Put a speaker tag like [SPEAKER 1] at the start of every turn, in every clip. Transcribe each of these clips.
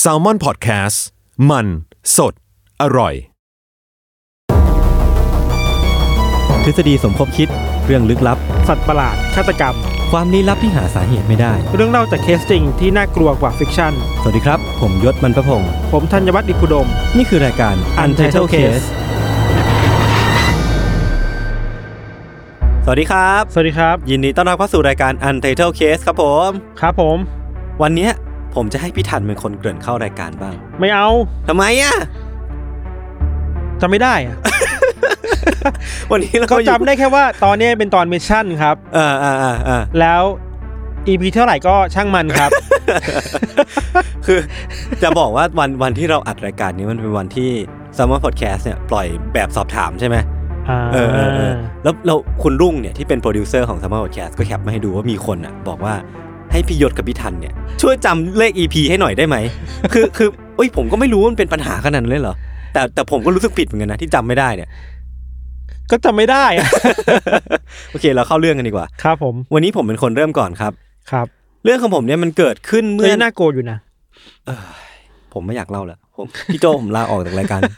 [SPEAKER 1] แซลมอนพอดแคสต์มันสดอร่อย
[SPEAKER 2] ทฤษฎีสมคบคิดเรื่องลึกลับ
[SPEAKER 3] สัตว์ประหลาดฆาตกรรม
[SPEAKER 2] ความลี้ลับที่หาสาเหตุไม่ได้
[SPEAKER 3] เรื่องเล่าจากเคสจริงที่น่ากลัวกว่าฟิกชั่น
[SPEAKER 2] สวัสดีครับ ผมยศมันประพงศ์
[SPEAKER 3] ผมธัญวัฒน์อิพุดม
[SPEAKER 2] นี่คือรายการ Untitled Case สวัสดีครับ
[SPEAKER 3] สวัสดีครับ
[SPEAKER 2] ยินดีต้อนรับเข้าสู่รายการ Untitled Case ครับผม
[SPEAKER 3] ครับผม
[SPEAKER 2] วันเนี้ยผมจะให้พี่ทันเป็นคนเกริ่นเข้ารายการบ้าง
[SPEAKER 3] ไม่เอา
[SPEAKER 2] ทำไมอ่ะ
[SPEAKER 3] จำไม่ได้ อะ
[SPEAKER 2] วันนี้เรา
[SPEAKER 3] เขา
[SPEAKER 2] อยู่
[SPEAKER 3] จำได้แค่ว่าตอนนี้เป็นตอนมิชชั่นครับ
[SPEAKER 2] เออเออเออเออ
[SPEAKER 3] แล้ว EP เท่าไหร่ก็ช่างมัน ครับ
[SPEAKER 2] คือ จะบอกว่าวันวันที่เราอัดรายการนี้มันเป็นวันที่ Summer Podcast เนี่ยปล่อยแบบสอบถามใช่ไหม เออเออเออแล้วเราคุณรุ่งเนี่ยที่เป็นโปรดิวเซอร์ของ Summer Podcast ก็แคปมาให้ดูว่ามีคนอ่ะบอกว่าให้พี่ยศกับพี่ทันเนี่ย ช่วยจำเลข EP ให้หน่อยได้ไหม คือคือเอ้ยผมก็ไม่รู้ว่ามันเป็นปัญหาขนาดนั้นเลยเหรอ แต่แต่ผมก็รู้สึกผิดเหมือนกันนะที่จำไม่ได้เนี่ย
[SPEAKER 3] ก็จำไม่ได้อะ
[SPEAKER 2] โอเคเราเข้าเรื่องกันดีกว่า
[SPEAKER 3] ครับผม
[SPEAKER 2] วันนี้ผมเป็นคนเริ่มก่อนครับ
[SPEAKER 3] ครับ
[SPEAKER 2] เรื่องของผมเนี่ยมันเกิดขึ้น
[SPEAKER 3] เมื่
[SPEAKER 2] เมื่
[SPEAKER 3] อ
[SPEAKER 2] อ
[SPEAKER 3] น่ากลัวอยู่นะ
[SPEAKER 2] ผมไม่อยากเล่าละผมพี่โจผมลาออกจากรายการ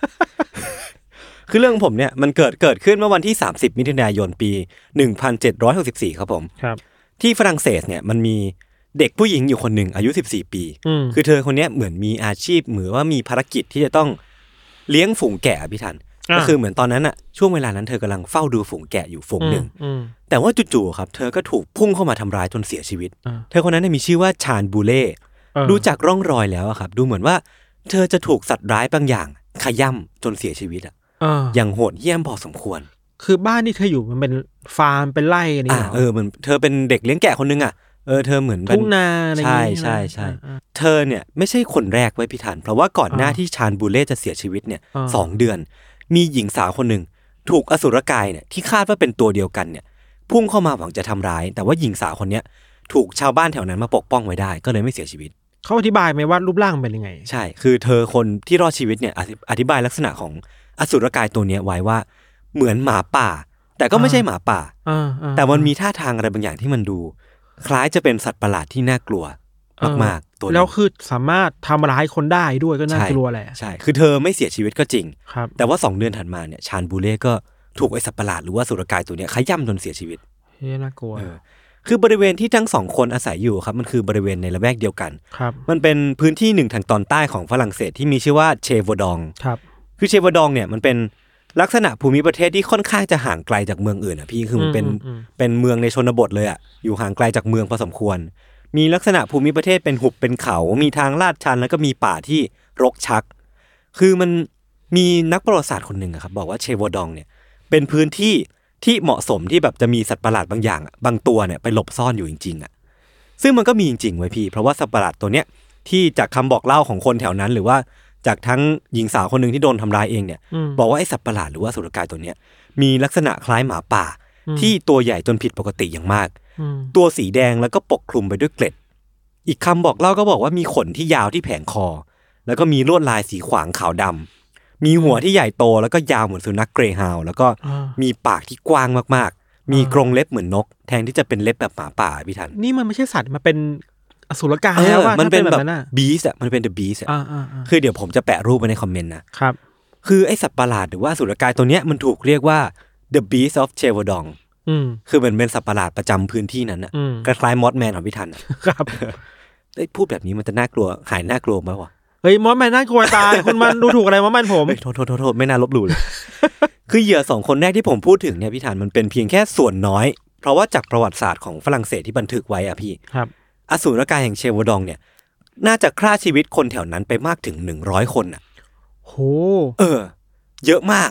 [SPEAKER 2] คือเรื่องของผมเนี่ยมันเกิดเกิดขึ้นเมื่อวันที่ 30 มิถุนายนปี 1764 ครับผม
[SPEAKER 3] ครับ
[SPEAKER 2] ที่ฝรั่งเศสเนี่ยมันมีเด็กผู้หญิงอยู่คนหนึ่งอายุ 14 ปี
[SPEAKER 3] อืม
[SPEAKER 2] คือเธอคนเนี้ยเหมือนมีอาชีพเหมือนว่ามีภารกิจที่จะต้องเลี้ยงฝูงแกะอะพี่ทัน ก็คือเหมือนตอนนั้นอะช่วงเวลานั้นเธอกำลังเฝ้าดูฝูงแกะอยู่ฝูงหนึ่ง
[SPEAKER 3] อืม
[SPEAKER 2] แต่ว่าจู่ๆครับเธอก็ถูกพุ่งเข้ามาทำร้ายจนเสียชีวิต
[SPEAKER 3] อ่า
[SPEAKER 2] เธอคนนั้นเนยมีชื่อว่าชานบูเล่
[SPEAKER 3] อืม
[SPEAKER 2] ดูจากร่องรอยแล้วอะครับ ดูเหมือนว่า เธอจะถูกสัตว์ร้ายบางอย่าง ขย่ำจนเสียชีวิตอะ
[SPEAKER 3] เออ
[SPEAKER 2] อย่างโหดเหี้ยมพอสมควร
[SPEAKER 3] คือบ้านที่เธออยู่มันเป็นฟาร์มเป็นไร่อะไรอย่าง
[SPEAKER 2] อ่า
[SPEAKER 3] เงี้ยหร
[SPEAKER 2] เออเหมือนเธอเป็นเด็กเลี้ยงแกะคนหนึงอะเออเธอเหมือนเป็น
[SPEAKER 3] ทุ่งนาอะไรอย่างเงี้ย
[SPEAKER 2] ใช่ใช่ใช่
[SPEAKER 3] อ่า
[SPEAKER 2] เธอเนี่ยไม่ใช่คนแรกไว้ยพี่ฐานเพราะว่าก่อนหน้า
[SPEAKER 3] อ่า
[SPEAKER 2] ที่ชานบูเล่จะเสียชีวิตเนี่ย
[SPEAKER 3] อ่า
[SPEAKER 2] สองเดือน มีหญิงสาวคนหนึ่งถูกอสุรกายเนี่ยที่คาดว่าเป็นตัวเดียวกันเนี่ย พุ่งเข้ามาหวังจะทำร้าย แต่ว่าหญิงสาวคนเนี้ยถูกชาวบ้านแถวนั้นมาปกป้องไว้ได้ ก็เลยไม่เสียชีวิต
[SPEAKER 3] เขาอธิบายไหมว่ารูปร่างเป็นยังไง
[SPEAKER 2] ใช่ คือเธอคนที่รอดชีวิตเนี่ยอธิอธิบายลักษณะของอสุรกายตัวเนี้ยไว้ว่าเหมือนหมาป่า แต่ก็ไม่ใช่หมาป่า
[SPEAKER 3] อ่าอ่า
[SPEAKER 2] แต่มันมีท่าทางอะไรบางอย่างที่มันดู คล้ายจะเป็นสัตว์ประหลาดที่น่ากลัว
[SPEAKER 3] เออ
[SPEAKER 2] มากๆตัวหนึ่ง
[SPEAKER 3] แล้วคือสามารถทำร้ายคนได้ด้วยก็น่า
[SPEAKER 2] ใช่
[SPEAKER 3] กลัวแหละ
[SPEAKER 2] ใช่ คือเธอไม่เสียชีวิตก็จริง
[SPEAKER 3] ครับ
[SPEAKER 2] แต่ว่า 2 เดือนถัดมาเนี่ยชานบูเล่ก็ถูกไอสัตว์ประหลาดหรือว่าสุรกายตัวเนี้ยขย่ำจนเสียชีวิต
[SPEAKER 3] เฮ้ยน่ากลัว
[SPEAKER 2] เออ คือบริเวณที่ทั้งสองคนอาศัยอยู่ครับ มันคือบริเวณในละแวกเดียวกัน
[SPEAKER 3] ครับ
[SPEAKER 2] มันเป็นพื้นที่หนึ่งทางตอนใต้ของฝรั่งเศสที่มีชื่อว่าเชโวดอง
[SPEAKER 3] ครับ
[SPEAKER 2] คือเชโวดองเนี่ยมันเป็นลักษณะภูมิประเทศที่ค่อนข้างจะห่างไกลจากเมืองอื่นอ่ะพี่ คือมันเป็น
[SPEAKER 3] อืม
[SPEAKER 2] เป็นเมืองในชนบทเลยอะ่ะ อยู่ห่างไกลจากเมืองพอสมควร มีลักษณะภูมิประเทศเป็นหุบเป็นเขา มีทางลาดชันแล้วก็มีป่าที่รกชัก คือมันมีนักประวัติศาสตร์คนหนึ่งอะครับบอกว่าเชโวดองเนี่ยเป็นพื้นที่ที่เหมาะสมที่แบบจะมีสัตว์ประหลาดบางอย่างอะบางตัวเนี่ยไปหลบซ่อนอยู่จริงๆอะซึ่งมันก็มีจริงๆไว้ยพี่ เพราะว่าสัตว์ประหลาดตัวเนี้ยที่จากคำบอกเล่าของคนแถวนั้น หรือว่าจากทั้งหญิงสาวคนหนึ่งที่โดนทำร้ายเองเนี่ย
[SPEAKER 3] อืม
[SPEAKER 2] บอกว่าไอ้สัตว์ประหลาดหรือว่าสุรกายตัวเนี้ยมีลักษณะคล้ายหมาป่า
[SPEAKER 3] อืม
[SPEAKER 2] ที่ตัวใหญ่จนผิดปกติอย่างมาก
[SPEAKER 3] อืม
[SPEAKER 2] ตัวสีแดงแล้วก็ปกคลุมไปด้วยเกล็ด อีกคำบอกเล่าก็บอกว่ามีขนที่ยาวที่แผงคอ แล้วก็มีลวดลายสีขวางขาวดำมีหัวที่ใหญ่โตแล้วก็ยาวเหมือนสุนัขเกรย์ฮาวด์แล้วก็
[SPEAKER 3] อ่า
[SPEAKER 2] มีปากที่กว้างมากๆ มีกรงเล็บเหมือนนก แทนที่จะเป็นเล็บแบบหมาป่าพี่ทัน
[SPEAKER 3] นี่มันไม่ใช่สัตว์มันเป็นอสุรกาย
[SPEAKER 2] เอ
[SPEAKER 3] แล้ว
[SPEAKER 2] อ
[SPEAKER 3] ว่า
[SPEAKER 2] มันเป็น
[SPEAKER 3] ถ้า
[SPEAKER 2] แบบ
[SPEAKER 3] นั้นอ่ะ
[SPEAKER 2] บีสอะมันเป็นเดอะบีสอะ
[SPEAKER 3] อ่าอ่าอ่า
[SPEAKER 2] คือเดี๋ยวผมจะแปะรูปไว้ในคอมเมนต์นะ
[SPEAKER 3] ครับ
[SPEAKER 2] คือไอสัตว์ประหลาดหรือว่าอสุรกายตัวเนี้ยมันถูกเรียกว่า the beast of c h e v o d o n
[SPEAKER 3] อืม
[SPEAKER 2] คือมันเป็นสัตว์ประหลาดประจำพื้นที่นั้นน่ะ
[SPEAKER 3] อืม
[SPEAKER 2] คล้ายๆมอสแมนของพี่ทันน่ะ
[SPEAKER 3] ครับ
[SPEAKER 2] เอ้ยพูดแบบนี้มันจะน่ากลัวหายน่ากลัวไหมวะ
[SPEAKER 3] เฮ้ยมอสแมนน่ากลัวตายคุณ มันดูถูกอะไรมอสแมนผม
[SPEAKER 2] เฮ้ยโทษโทษโทษโทษไม่น่าลบหลู่ เลย คือเหยื่อสองคนแรกที่ผมพูดถึงเนี่ยพี่ทันมันเป็นเพียงแค่ส่วนน้อย เพราะว่าจากประวัติศาสตร์ของฝรั่งเศสที่บันทึกไว้อะพี่
[SPEAKER 3] ครับ
[SPEAKER 2] อสูรกายแห่งเชวดองเนี่ย น่าจะฆ่าชีวิตคนแถวนั้นไปมากถึงหนึ่งร้อยคนอ่ะ
[SPEAKER 3] โห
[SPEAKER 2] เออ เยอะมาก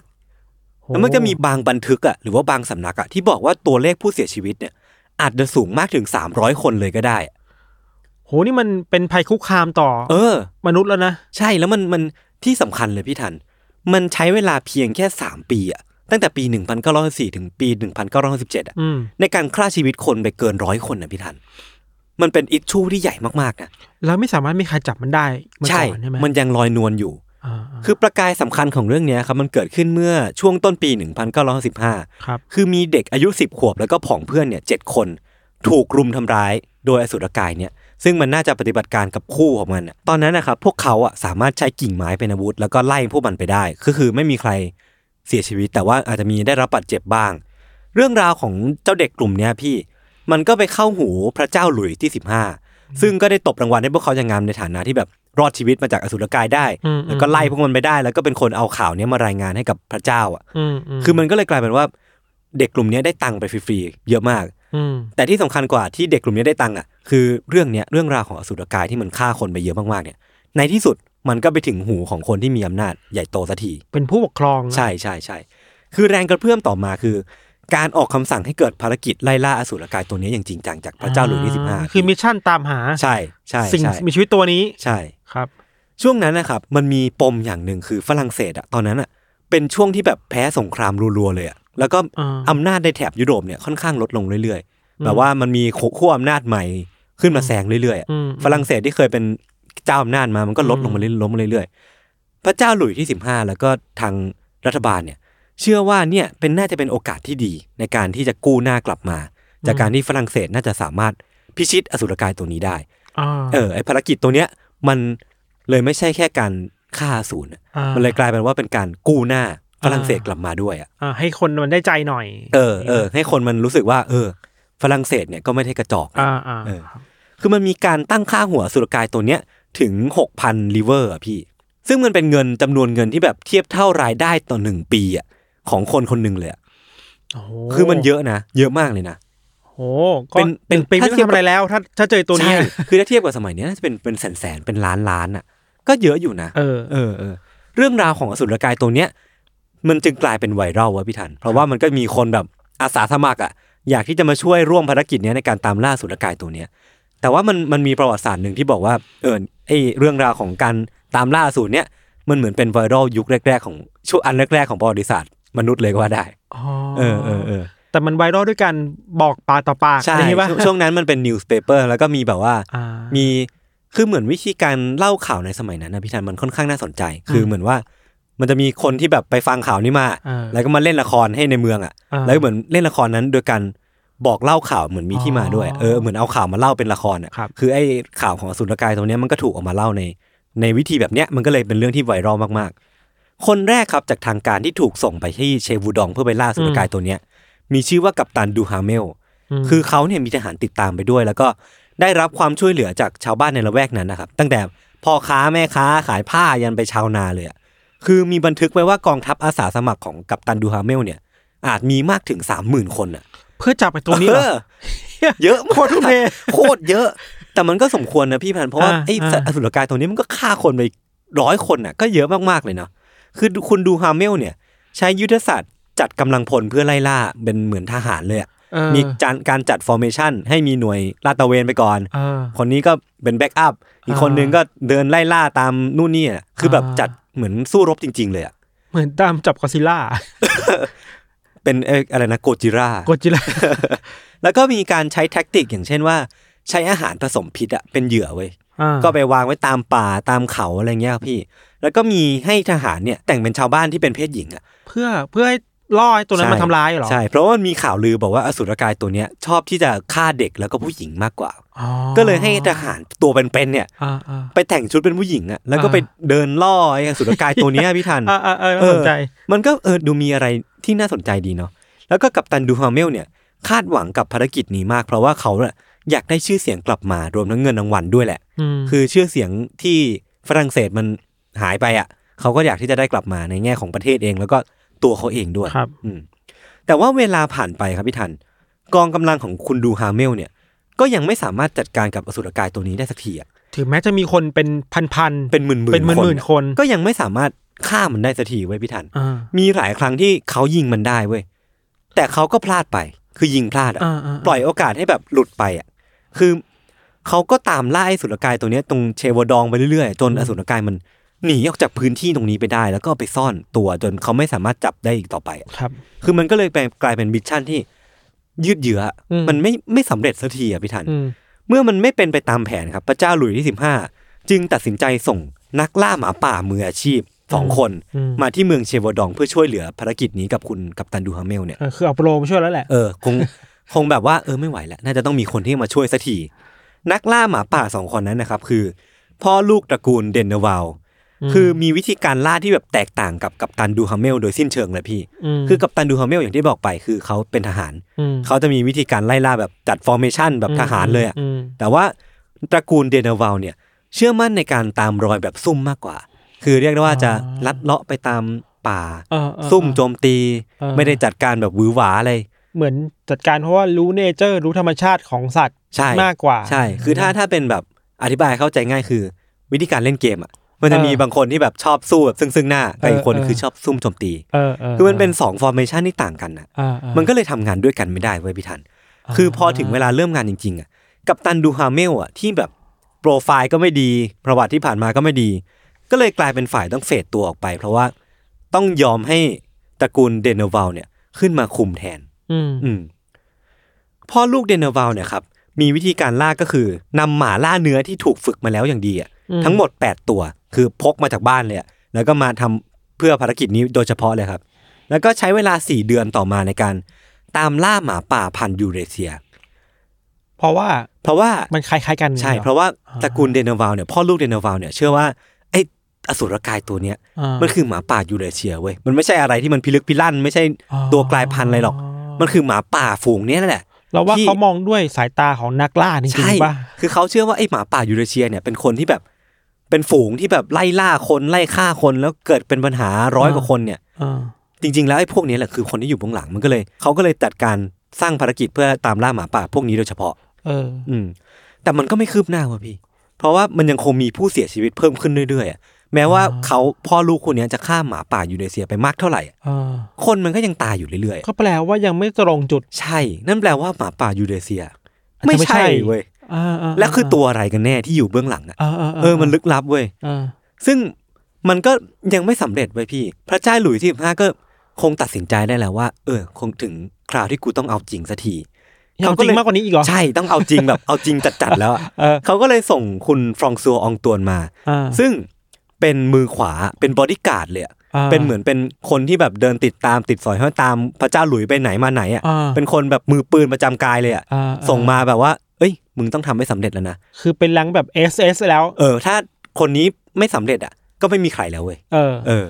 [SPEAKER 3] โห
[SPEAKER 2] แล้วมันจะมีบางบันทึกอะหรือว่าบางสำนักอะที่บอกว่าตัวเลขผู้เสียชีวิตเนี่ย อาจจะสูงมากถึง 300 คนเลยก็ได้อะ
[SPEAKER 3] โหนี่มันเป็นภัยคุกคามต่อ
[SPEAKER 2] เออ
[SPEAKER 3] มนุษย์แล้วนะ
[SPEAKER 2] ใช่แล้วมันมันที่สำคัญเลยพี่ทัน มันใช้เวลาเพียงแค่ 3 ปีอะตั้งแต่ปี 1904ถึงปี 1917อะ
[SPEAKER 3] อืม
[SPEAKER 2] ในการฆ่าชีวิตคนไปเกินร้อยคนนะพี่ทัน มันเป็นอิชชูที่ใหญ่มากๆนะ
[SPEAKER 3] แล้วไม่สามารถมีใครจับมันได้มา
[SPEAKER 2] ใช่
[SPEAKER 3] ก่อนใช่ไหม
[SPEAKER 2] มันยังลอยนวลอยู่
[SPEAKER 3] อ่าอ่า
[SPEAKER 2] คือประกายสำคัญของเรื่องเนี้ยครับมันเกิดขึ้นเมื่อช่วงต้นปี 1915
[SPEAKER 3] ครับ
[SPEAKER 2] คือมีเด็กอายุ 10 ขวบแล้วก็ผองเพื่อนเนี่ยเจ็ดคน ถูกรุมทำร้าย โดยอสุรกายเนี่ย ซึ่งมันน่าจะปฏิบัติการกับคู่ของมันอะตอนนั้นนะครับพวกเขาอะสามารถใช้กิ่งไม้เป็นอาวุธ แล้วก็ไล่พวกมันไปได้ก็คือไม่มีใครเสียชีวิต แต่ว่าอาจจะมีได้รับบาดเจ็บบ้าง เรื่องราวของเจ้าเด็กกลุ่มเนี้ยพี่ มันก็ไปเข้าหูพระเจ้าหลุยส์ที่ 15 ซึ่งก็ได้ตบรางวัลให้พวกเขาอย่างงามในฐานะที่แบบรอดชีวิตมาจากอสุรกายได้
[SPEAKER 3] อืม
[SPEAKER 2] แล้วก็ไล่พวกมันไปได้ แล้วก็เป็นคนเอาข่าวเนี้ยมารายงานให้กับพระเจ้าอ่ะ
[SPEAKER 3] อืม
[SPEAKER 2] คือมันก็เลยกลายเป็นว่าเด็กกลุ่มเนี้ยได้ตังค์ไปฟรีๆเยอะมาก
[SPEAKER 3] อืม
[SPEAKER 2] แต่ที่สำคัญกว่าที่เด็กกลุ่มเนี้ยได้ตังค์อ่ะคือเรื่องเนี้ยเรื่องราวของอสุรกายที่มันฆ่าคนไปเยอะมากๆเนี่ยในที่สุดมันก็ไปถึงหูของคนที่มีอำนาจใหญ่โตสักที
[SPEAKER 3] เป็นผู้ปกครองนะ
[SPEAKER 2] ใช่ใช่ใช่ คือแรงกระเพื่อมต่อมาคือ การออกคำสั่งให้เกิดภารกิจไล่ล่าอสูรกายตัวนี้อย่างจริงจังจากพระเจ้าหลุยส์ที่สิบห้า
[SPEAKER 3] คือมิชชั่นตามหา
[SPEAKER 2] ใช่ใช่
[SPEAKER 3] สิ่ง
[SPEAKER 2] ใช่
[SPEAKER 3] มีชีวิตตัวนี้
[SPEAKER 2] ใช่
[SPEAKER 3] ครับ
[SPEAKER 2] ช่วงนั้นนะครับมันมีปมอย่างหนึ่งคือฝรั่งเศสอะตอนนั้นอะเป็นช่วงที่แบบแพ้สงครามรัวๆเลยอะแล้วก็
[SPEAKER 3] อ่า
[SPEAKER 2] อำนาจในแถบยุโรปเนี่ยค่อนข้างลดลงเรื่อยๆแบบว่ามันมีขั้วอำนาจใหม่ขึ้นมาแซงเรื่อยๆอะ
[SPEAKER 3] อืม
[SPEAKER 2] ฝรั่งเศสที่เคยเป็นเจ้าอำนาจมา มันก็ลดลงมาเรื่อยๆลดมาเรื่อยๆ พระเจ้าหลุยส์ที่สิบห้าแล้วก็ทางรัฐบาลเนี่ยเชื่อว่าเนี่ยเป็นน่าจะเป็นโอกาสที่ดีในการที่จะกู้หน้ากลับมา จากการที่ฝรั่งเศสน่าจะสามารถพิชิตอสุรกายตัวนี้ได้
[SPEAKER 3] อ่า
[SPEAKER 2] เออไอภารกิจตัวเนี้ยมันเลยไม่ใช่แค่การฆ่าอสูรนะ
[SPEAKER 3] า
[SPEAKER 2] มันเลยกลายเป็นว่าเป็นการกู้หน้าฝรั่งเศสกลับมาด้วยอ่ะ
[SPEAKER 3] อ่าให้คนมันได้ใจหน่อย
[SPEAKER 2] เออเออให้คนมันรู้สึกว่า เออ ฝรั่งเศสเนี่ยก็ไม่ได้กระจอกนะ
[SPEAKER 3] อ่าอ่า
[SPEAKER 2] เออ
[SPEAKER 3] ครับ
[SPEAKER 2] คือมันมีการตั้งค่าหัวอสุรกายตัวเนี้ยถึง 6,000ลิเวอร์อะพี่ ซึ่งมันเป็นเงินจำนวนเงินที่แบบเทียบเท่ารายได้ต่อหนึ่งปีอะของคนคนหนึ่งเลยอะ
[SPEAKER 3] โอ้โห
[SPEAKER 2] คือมันเยอะนะ เยอะมากเลยนะ
[SPEAKER 3] โอ้โหก็
[SPEAKER 2] เป็นเป็น
[SPEAKER 3] เป็นไม่
[SPEAKER 2] ถ้า
[SPEAKER 3] ต้อง
[SPEAKER 2] เทียบ
[SPEAKER 3] ทำอะไรแล้ว ถ้าถ้าเจอตัวนี้
[SPEAKER 2] ใช่คือถ้าเทียบกับสมัยเนี้ยน่าจะเป็นเป็นแสนแสนๆเป็นล้านล้านๆอะก็เยอะอยู่นะ
[SPEAKER 3] เออ
[SPEAKER 2] เออเออเรื่องราวของอสุรกายตัวเนี้ยมันจึงกลายเป็นไวรัลวะพี่ทัน เพราะว่ามันก็มีคนแบบอาสาสมัครอ่ะอยากที่จะมาช่วยร่วมภารกิจเนี้ยในการตามล่าอสุรกายตัวเนี้ย แต่ว่ามันมันมีประวัติศาสตร์หนึ่งที่บอกว่าเออไอเรื่องราวของการตามล่าอสูรเนี้ยมันเหมือนเป็นไวรัลยุคแรก ๆ ของช่วงอันแรกๆของประวัติศาสตร์มนุษย์เลยก็ว่าได้
[SPEAKER 3] อ๋อ
[SPEAKER 2] เออเออเออ
[SPEAKER 3] แต่มันไวรัลด้วยการบอกปากต่อปาก
[SPEAKER 2] ใช่
[SPEAKER 3] อะไรอย่างงี้ป่ะ
[SPEAKER 2] ช่วงช่วงนั้นมันเป็นนิวส์เปเปอร์แล้วก็มีแบบว่า
[SPEAKER 3] อ่า
[SPEAKER 2] มีคือเหมือนวิธีการเล่าข่าวในสมัยนั้นนะพี่ธันมันค่อนข้างน่าสนใจ คือเหมือนว่า มันจะมีคนที่แบบไปฟังข่าวนี้มา
[SPEAKER 3] เออ
[SPEAKER 2] แล้วก็มาเล่นละครให้ในเมืองอ่ะ
[SPEAKER 3] เออ
[SPEAKER 2] แล้วเหมือนเล่นละครนั้นโดยการบอกเล่าข่าวเหมือนมีที่มาด้วย
[SPEAKER 3] อ๋อ
[SPEAKER 2] เออเหมือนเอาข่าวมาเล่าเป็นละครอ่ะ
[SPEAKER 3] ครับ
[SPEAKER 2] คือไอ้ข่าวของอสุรกายตรงเนี้ยมันก็ถูกเออกมาเล่าใน ในวิธีแบบเนี้ยมันก็เลยเป็นเรื่องที่ไวรัลมากๆ คนแรกครับจากทางการที่ถูกส่งไปที่เชวูดองเพื่อไปล่าอสุรกายตัวเนี้ย มีชื่อว่ากัปตันดูฮาเมล
[SPEAKER 3] ม
[SPEAKER 2] คือเขาเนี่ยมีทหารติดตามไปด้วย แล้วก็ได้รับความช่วยเหลือจากชาวบ้านในละแวกนั้นนะครับ ตั้งแต่พ่อค้าแม่ค้าขายผ้ายันไปชาวนาเลยอะคือมีบันทึกไว้ว่ากองทัพอาสาสมัครของกัปตันดูฮาเมลเนี่ย อาจมีมากถึงสามหมื่นคนอ่ะ
[SPEAKER 3] เพื่อจับไปตัวนี้เหรอ
[SPEAKER 2] เออเยอะมาก
[SPEAKER 3] โคตรทุ่มเท
[SPEAKER 2] โคตรเยอะ แต่มันก็สมควรนะพี่พันธุ์เพราะว่า
[SPEAKER 3] อ่า
[SPEAKER 2] ไอ้
[SPEAKER 3] อ่า
[SPEAKER 2] สัตว์อสุรกายตัวนี้มันก็ฆ่าคนไปร้อยคนอ่ะ ก็เยอะมากๆเลยเนาะคือคุณดูฮาเมลเนี่ย ใช้ยุทธศาสตร์จัดกำลังพลเพื่อไล่ล่าเป็นเหมือนทหารเลยอะ
[SPEAKER 3] เออ
[SPEAKER 2] มีจานการจัด formation ให้มีหน่วยลาดตระเวนไปก่อน
[SPEAKER 3] เออ
[SPEAKER 2] คนนี้ก็เป็นแบ็กอัพ อีกคนนึงก็เดินไล่ล่าตามนู่นนี่อะคือแบบ
[SPEAKER 3] อ่า
[SPEAKER 2] จัดเหมือนสู้รบจริง ๆ เลยอะ
[SPEAKER 3] เหมือนตามจับกอซิล่า
[SPEAKER 2] เป็นเอ่ออะไรนะโกจิร่า
[SPEAKER 3] กอจิล่า
[SPEAKER 2] แล้วก็มีการใช้แท็กติกอย่างเช่นว่า ใช้อาหารผสมพิษอะเป็นเหยื่อเว้ย ก็ไปวางไว้ตามป่าตามเขาอะไรเงี้ยครับพี่ แล้วก็มีให้ทหารเนี่ยแต่งเป็นชาวบ้านที่เป็นเพศหญิงอะ
[SPEAKER 3] เพื่อเพื่อให้ล่อไอ้ตัวนั้น
[SPEAKER 2] ใช่
[SPEAKER 3] มาทำร้ายเหรอ
[SPEAKER 2] ใช่ เพราะว่ามันมีข่าวลือบอกว่าอสุรกายตัวเนี้ยชอบที่จะฆ่าเด็กแล้วก็ผู้หญิงมากกว่า
[SPEAKER 3] อ๋อ
[SPEAKER 2] ก็เลยให้ทหารตัวเป็นๆเนี่ย
[SPEAKER 3] อ่าอ่า
[SPEAKER 2] ไปแต่งชุดเป็นผู้หญิงอะแล้วก็
[SPEAKER 3] อ่า
[SPEAKER 2] ไปเดินล่อไอ้อสุรกายตัวเนี้ย พี่ ทัน
[SPEAKER 3] อ่าอ่าเออน่าสนใจ
[SPEAKER 2] มันก็เออดูมีอะไรที่น่าสนใจดีเนาะแล้วก็กัปตันดูฮาเมลเนี่ยคาดหวังกับภารกิจนี้มาก เพราะว่าเขาน่ะอยากได้ชื่อเสียงกลับมารวมทั้งเงินรางวัลด้วยแหละ
[SPEAKER 3] อืม
[SPEAKER 2] คือชื่อเสียงที่ฝรั่งเศสมันหายไปอะเขาก็อยากที่จะได้กลับมาในแง่ของประเทศเอง แล้วก็ตัวเขาเองด้วย
[SPEAKER 3] ครับ
[SPEAKER 2] อืมแต่ว่าเวลาผ่านไปครับพี่ทัน กองกำลังของคุณดูฮาเมลเนี่ย ก็ยังไม่สามารถจัดการกับอสุรกายตัวนี้ได้สักทีอะ
[SPEAKER 3] ถึงแม้จะมีคนเป็นพันๆ
[SPEAKER 2] เป็นหมื่นหมื่
[SPEAKER 3] เป็นหมื่นหมื่น
[SPEAKER 2] อะ
[SPEAKER 3] คน
[SPEAKER 2] ก็ยังไม่สามารถฆ่ามันได้สักทีเว้ยพี่ทัน
[SPEAKER 3] อ่า
[SPEAKER 2] มีหลายครั้งที่เขายิงมันได้เว้ย แต่เขาก็พลาดไป คือยิงพลาดอะ
[SPEAKER 3] อ่าาา
[SPEAKER 2] ปล่อยโอกาสให้แบบหลุดไปอ่ะ คือเขาก็ตามล่าไอ้อสุรกายตัวเนี้ยตรงเชวดองไปเรื่อยๆ จนอสุรกายมันหนีออกจากพื้นที่ตรงนี้ไปได้ แล้วก็ไปซ่อนตัวจนเขาไม่สามารถจับได้อีกต่อไปอะ
[SPEAKER 3] ครับ
[SPEAKER 2] คือมันก็เลยแปลงกลายเป็นมิชชั่นที่ยืดเยื้ออะ
[SPEAKER 3] อืม
[SPEAKER 2] มันไม่ไม่สำเร็จสักทีอ่ะพี่ทัน
[SPEAKER 3] อืม
[SPEAKER 2] เมื่อมันไม่เป็นไปตามแผนครับพระเจ้าหลุยส์ที่สิบห้าจึงตัดสินใจส่งนักล่าหมาป่ามืออาชีพสองคน
[SPEAKER 3] อืม
[SPEAKER 2] มาที่เมืองเชวดองเพื่อช่วยเหลือภารกิจนี้กับคุณกัปตันดูฮาเมลเนี่ย
[SPEAKER 3] เออคือเอาโปรมาช่วยแล้วแหละ
[SPEAKER 2] เออคง คงแบบว่าเออไม่ไหวแล้วน่าจะต้องมีคนที่มาช่วยสักที นักล่าหมาป่าสองคนนั้นนะครับ คือ พ่อลูกตระกูลเดนเนวาล
[SPEAKER 3] ม
[SPEAKER 2] คือมีวิธีการล่าที่แบบแตกต่างกับกัปตันดูฮัมเมลโดยสิ้นเชิงเลยพี่
[SPEAKER 3] ม
[SPEAKER 2] คือกัปตันดูฮัมเมลอย่างที่บอกไปคือเขาเป็นทหาร
[SPEAKER 3] อืม
[SPEAKER 2] เขาจะมีวิธีการไล่ล่าแบบจัดฟอร์เมชันแบบทหารเลยอะ
[SPEAKER 3] ม
[SPEAKER 2] แต่ว่าตระกูลเดนเนวาลเนี่ย เชื่อมั่นในการตามรอยแบบซุ่มมากกว่า คือเรียกได้ว่าจะลัดเลาะไปตามป่า
[SPEAKER 3] เออเออ
[SPEAKER 2] ซุ่มโจมตี
[SPEAKER 3] เออ
[SPEAKER 2] ไม่ได้จัดการแบบหวือหวาอะไร
[SPEAKER 3] เหมือนจัดการเพราะว่ารู้เนเจอร์ รู้ธรรมชาติของสัตว์
[SPEAKER 2] ใช่
[SPEAKER 3] มากกว่า
[SPEAKER 2] ใช่ คือถ้าถ้าเป็นแบบอธิบายเข้าใจง่ายคือ วิธีการเล่นเกมอ่ะ มันจะ
[SPEAKER 3] เออบ
[SPEAKER 2] มีางคนที่แบบชอบสู้แบบซึ่งซึ่งหน้า แต่อีกคน
[SPEAKER 3] เออ
[SPEAKER 2] คือชอบซุ่มโจมตี
[SPEAKER 3] เออเออ
[SPEAKER 2] คือมันเป็นสองฟอร์เมชันที่ต่างกันนะ
[SPEAKER 3] เออเออ
[SPEAKER 2] มันก็เลยทำงานด้วยกันไม่ได้เว้ยพี่ทัน คือพอถึงเวลาเริ่มงานจริงๆอ่ะ กับตันดูฮาเมลอ่ะที่แบบโปรไฟล์ก็ไม่ดี ประวัติที่ผ่านมาก็ไม่ดี ก็เลยกลายเป็นฝ่ายต้องเฟดตัวออกไป เพราะว่าต้องยอมให้ตระกูลเดนโนวัลเนี่ยขึ้นมาคุมแทน
[SPEAKER 3] อืม
[SPEAKER 2] อืมพ่อลูกเดนเนอร์วัลเนี่ยครับมีวิธีการล่าก็คือนำหมาล่าเนื้อที่ถูกฝึกมาแล้วอย่างดีอะทั้งหมด 8 ตัว คือพกมาจากบ้านเลยอะแล้วก็มาทำเพื่อภารกิจนี้โดยเฉพาะเลยครับ แล้วก็ใช้เวลา 4 เดือนต่อมาในการ ตามล่าหมาป่าพันธุ์ยูเรเซีย
[SPEAKER 3] เพราะว่า
[SPEAKER 2] เพราะว่า
[SPEAKER 3] มันคล้ายๆกัน
[SPEAKER 2] ใช่
[SPEAKER 3] หอ
[SPEAKER 2] เพราะว่าตระกูลเดนเนอร์วัลเนี่ยพ่อลูกเดนเนอร์วัลเนี่ยเชื่อว่าไอ้อสุรกายตัวเนี้ย
[SPEAKER 3] า
[SPEAKER 2] มันคือหมาป่ายูเรเซียเว้ยมันไม่ใช่อะไรที่มันพิลึกพิลั่น ไม่ใช่ตัวกลายพันธุ์อะไรหรอก มันคือหมาป่าฝูงเนี้ยนั่นแหละ
[SPEAKER 3] เราว่า
[SPEAKER 2] ที่
[SPEAKER 3] เขามองด้วยสายตาของนักล่าจริง
[SPEAKER 2] ใช่
[SPEAKER 3] ๆป่ะ
[SPEAKER 2] คือเขาเชื่อว่าไอ้หมาป่ายูเรเชียเนี่ยเป็นคนที่แบบ เป็นฝูงที่แบบไล่ล่าคนไล่ฆ่าคนแล้วเกิดเป็นปัญหาร้อยกว่าคนเนี่ย
[SPEAKER 3] เออ
[SPEAKER 2] จริง ๆ แล้วไอ้พวกนี้แหละคือคนที่อยู่เบื้องหลังมันก็เลยเขาก็เลยจัดการสร้างภารกิจเพื่อตามล่าหมาป่าพวกนี้โดยเฉพาะ
[SPEAKER 3] เออ
[SPEAKER 2] อืม แต่มันก็ไม่คืบหน้าว่ะพี่ เพราะว่ามันยังคงมีผู้เสียชีวิตเพิ่มขึ้นเรื่อยๆอะแม้ว่าเขาพ่อลูกคนเนี้ยจะฆ่าหมาป่ายูเรเชียไปมากเท่าไหร่อะ
[SPEAKER 3] เออ
[SPEAKER 2] คนมันก็ยังตายอยู่เรื่อย
[SPEAKER 3] ก็แปลว่ายังไม่ตรงจุด
[SPEAKER 2] ๆ ใช่ นั่นแปลว่าหมาป่ายูเรเชีย
[SPEAKER 3] อาจ
[SPEAKER 2] ไม่
[SPEAKER 3] จะไม่ใช่
[SPEAKER 2] ใช่เว้ย
[SPEAKER 3] อ่าา
[SPEAKER 2] แล้วคือตัวอะไรกันแน่ที่อยู่เบื้องหลังอะ
[SPEAKER 3] เออเออ
[SPEAKER 2] เออมันลึกลับเว้ย
[SPEAKER 3] เออ
[SPEAKER 2] ซึ่งมันก็ยังไม่สำเร็จไว้ยพี่ พระเจ้าหลุยส์ที่ห้าก็คงตัดสินใจได้แล้วว่า เออ คงถึงคราวที่กูต้องเอาจริงสักที
[SPEAKER 3] ยังจริงมากกว่านี้อีกเหรอ
[SPEAKER 2] ใช่ต้องเอาจริงแบบ เอาจริงจัดๆแล้วอะ
[SPEAKER 3] เออ
[SPEAKER 2] เขาก็เลยส่งคุณฟรองซัวอองตวนมา
[SPEAKER 3] อ่า
[SPEAKER 2] ซึ่งเป็นมือขวาเป็นบอดี้การ์ดเลยอะเป็นเหมือนเป็นคนที่แบบเดินติดตามติดสอยห้อยตามพระเจ้าหลุยส์ไปไหนมาไหนอ่ะ
[SPEAKER 3] อ่า
[SPEAKER 2] เป็นคนแบบมือปืนประจำกายเลยอ่ะ
[SPEAKER 3] อ่า
[SPEAKER 2] ส่งมาแบบว่า เอ้ย มึงต้องทำให้สำเร็จแล้วนะ
[SPEAKER 3] คือเป็นรังแบบ S S แล้ว
[SPEAKER 2] เออ ถ้าคนนี้ไม่สำเร็จอ่ะ ก็ไม่มีใครแล้วเว้ย
[SPEAKER 3] เออ
[SPEAKER 2] เออ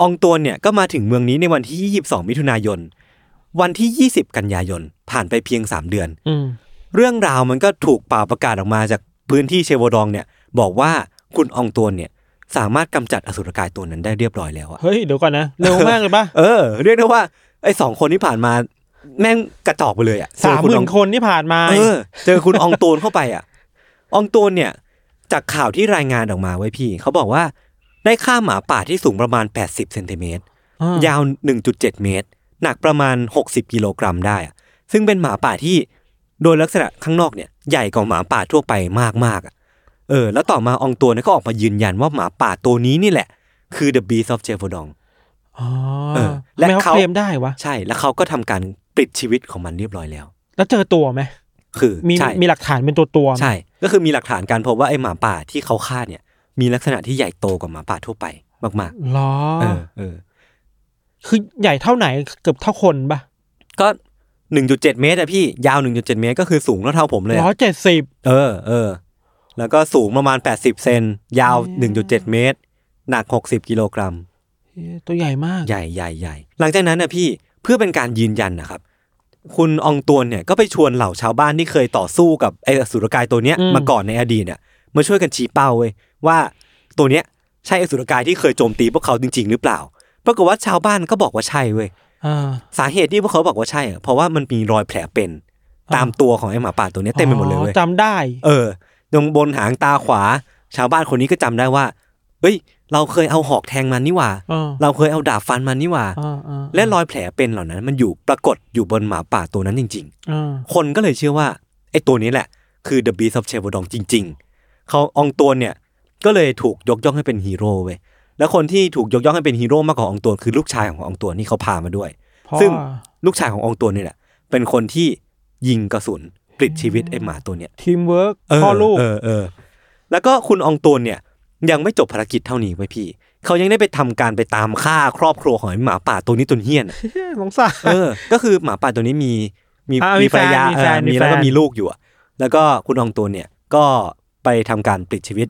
[SPEAKER 2] อองตวนเนี่ยก็มาถึงเมืองนี้ในวันที่ 22 มิถุนายน วันที่ 20 กันยายน ผ่านไปเพียง 3 เดือน
[SPEAKER 3] อืม
[SPEAKER 2] เรื่องราวมันก็ถูกเป่าประกาศออกมาจากพื้นที่เชโวดองเนี่ยบอกว่าคุณอองตวนเนี่ยสามารถกำจัดอสุรกายตัวนั้นได้เรียบร้อยแล้วอะ
[SPEAKER 3] เฮ้ยเดี๋ยวก่อนนะเร็วมากเลยป่ะ
[SPEAKER 2] เออ เรียกได้ว่าไอ้สองคนที่ผ่านมาแม่งกระจอกไปเลยอะเจ
[SPEAKER 3] สา
[SPEAKER 2] อ
[SPEAKER 3] ม
[SPEAKER 2] คุณ
[SPEAKER 3] ห
[SPEAKER 2] อ
[SPEAKER 3] มื่
[SPEAKER 2] อน ง
[SPEAKER 3] คนที่ผ่านมา
[SPEAKER 2] เออเจอคุณอองตูนเข้าไปอ่ะ อองตูนเนี่ย จากข่าวที่รายงานออกมาไว้พี่ เขาบอกว่าได้ฆ่าหมาป่าที่สูงประมาณ 80เซนติเมตร
[SPEAKER 3] อ่าย
[SPEAKER 2] ยาว 1.7 เมตร หนักประมาณ 60 กิโลกรัมได้อะซึ่งเป็นหมาป่าที่โดยลักษณะข้างนอกเนี่ย ใหญ่กว่าหมาป่าทั่วไปมากๆอ่ะเออ แล้วต่อมาอองตัวนเนยก็ออกมายืนยันว่าหมาป่าตัวนี้นี่แหละ คือ The Beast of j e v o d o n
[SPEAKER 3] อ๋อ
[SPEAKER 2] เออและ
[SPEAKER 3] และเขา
[SPEAKER 2] เขา
[SPEAKER 3] เคลมได้วะ
[SPEAKER 2] ใช่แล้วเขาก็ทำการปิดชีวิตของมันเรียบร้อยแล้ว
[SPEAKER 3] แล้วเจอตัวไหม
[SPEAKER 2] คือ
[SPEAKER 3] มี
[SPEAKER 2] ใช่
[SPEAKER 3] มีหลักฐานเป็นตัวตัวไหม
[SPEAKER 2] ใช่ ก็คือมีหลักฐานการพบว่าไอหมาป่าที่เขาฆ่าเนี่ย มีลักษณะที่ใหญ่โตกว่าหมาป่าทั่วไปมาก
[SPEAKER 3] เหรอ
[SPEAKER 2] ๆ เออเออ
[SPEAKER 3] คือใหญ่เท่าไหนเกือบเท่าคนป่ะ
[SPEAKER 2] ก็หนึ่งจุดเจ็ดเมตรอะพี่ ยาวหนึ่งจุดเจ็ดเมตรก็คือสูงเท่าๆผมเลย
[SPEAKER 3] ร้อ
[SPEAKER 2] อะ
[SPEAKER 3] ยเจ็ดสิบ
[SPEAKER 2] เออเออ แล้วก็สูงประมาณแปดสิบเซน ยาวหนึ่งจุดเจ็ดเมตร หนักหกสิบกิโลกรัม
[SPEAKER 3] ตัวใหญ่มาก
[SPEAKER 2] ใหญ่ใหญ่ใหญ่ หลังจากนั้นนะพี่ เพื่อเป็นการยืนยันนะครับ คุณอองตวนเนี่ยก็ไปชวนเหล่าชาวบ้านที่เคยต่อสู้กับไอ้อสุรกายตัวเนี้ยมาก่อนในอดีตเนี่ยมาช่วยกันชี้เป้าเว้ยว่าตัวเนี้ยใช่อสุรกายที่เคยโจมตีพวกเขาจริง ๆ หรือเปล่า ปรากฏว่าชาวบ้านก็บอกว่าใช่เว้ย
[SPEAKER 3] อ่า
[SPEAKER 2] สาเหตุที่พวกเขาบอกว่าใช่อะเพราะว่ามันมีรอยแผลเป็น ตามตัวของไอ้หมาป่าตัวเนี้ยเต็มไปหมดเลยเว้ย
[SPEAKER 3] อ๋อจำได้
[SPEAKER 2] เออตรงบนหางตาขวา ชาวบ้านคนนี้ก็จำได้ว่า เอ้ย เราเคยเอาหอกแทงมันนี่หว่า
[SPEAKER 3] อ่า
[SPEAKER 2] เราเคยเอาดาบฟันมันนี่หว่า
[SPEAKER 3] อ่าอ่า
[SPEAKER 2] และรอยแผลเป็นเหล่านั้น มันอยู่ปรากฏอยู่บนหมาป่าตัวนั้นจริง
[SPEAKER 3] อ่า
[SPEAKER 2] ๆ คนก็เลยเชื่อว่าไอ้ตัวนี้แหละ คือ The Beast of c h e v o d o n จริง ๆ เขาอองตัวเนี่ย ก็เลยถูกยกย่องให้เป็นฮีโร่เว้ยแล้วคนที่ถูกยกย่องให้เป็นฮีโร่มากกว่าอองตัวคือลูกชายของอองตัวนี่เขาพามาด้วย
[SPEAKER 3] เพราะ
[SPEAKER 2] ซึ่ง ลูกชายของอองตัวนี่แหละเป็นคนที่ยิงกระสุนปลิดชีวิตไอ้หมาตัวเนี่ย
[SPEAKER 3] ทีมเวิร์ก
[SPEAKER 2] เ
[SPEAKER 3] พ่อลูก
[SPEAKER 2] เออเออ แล้วก็คุณอองตูนเนี่ย ยังไม่จบภารกิจเท่านี้ไว้ยพี่ เขายังได้ไปทำการไปตามฆ่าครอบครัวของไอ้หมาป่าตัวนี้ตัวเฮี้ยนอะ
[SPEAKER 3] เฮ้ยสงสาร
[SPEAKER 2] เออ ก็คือหมาป่าตัวนี้มีมี
[SPEAKER 3] อ่ามี
[SPEAKER 2] มีภรรยา
[SPEAKER 3] แฟน
[SPEAKER 2] เออ
[SPEAKER 3] มีแฟนมี
[SPEAKER 2] มี
[SPEAKER 3] แฟน
[SPEAKER 2] แล้วก็มีลูกอยู่อะแล้วก็คุณอองตูนเนี่ย ก็ไปทำการปลิดชีวิต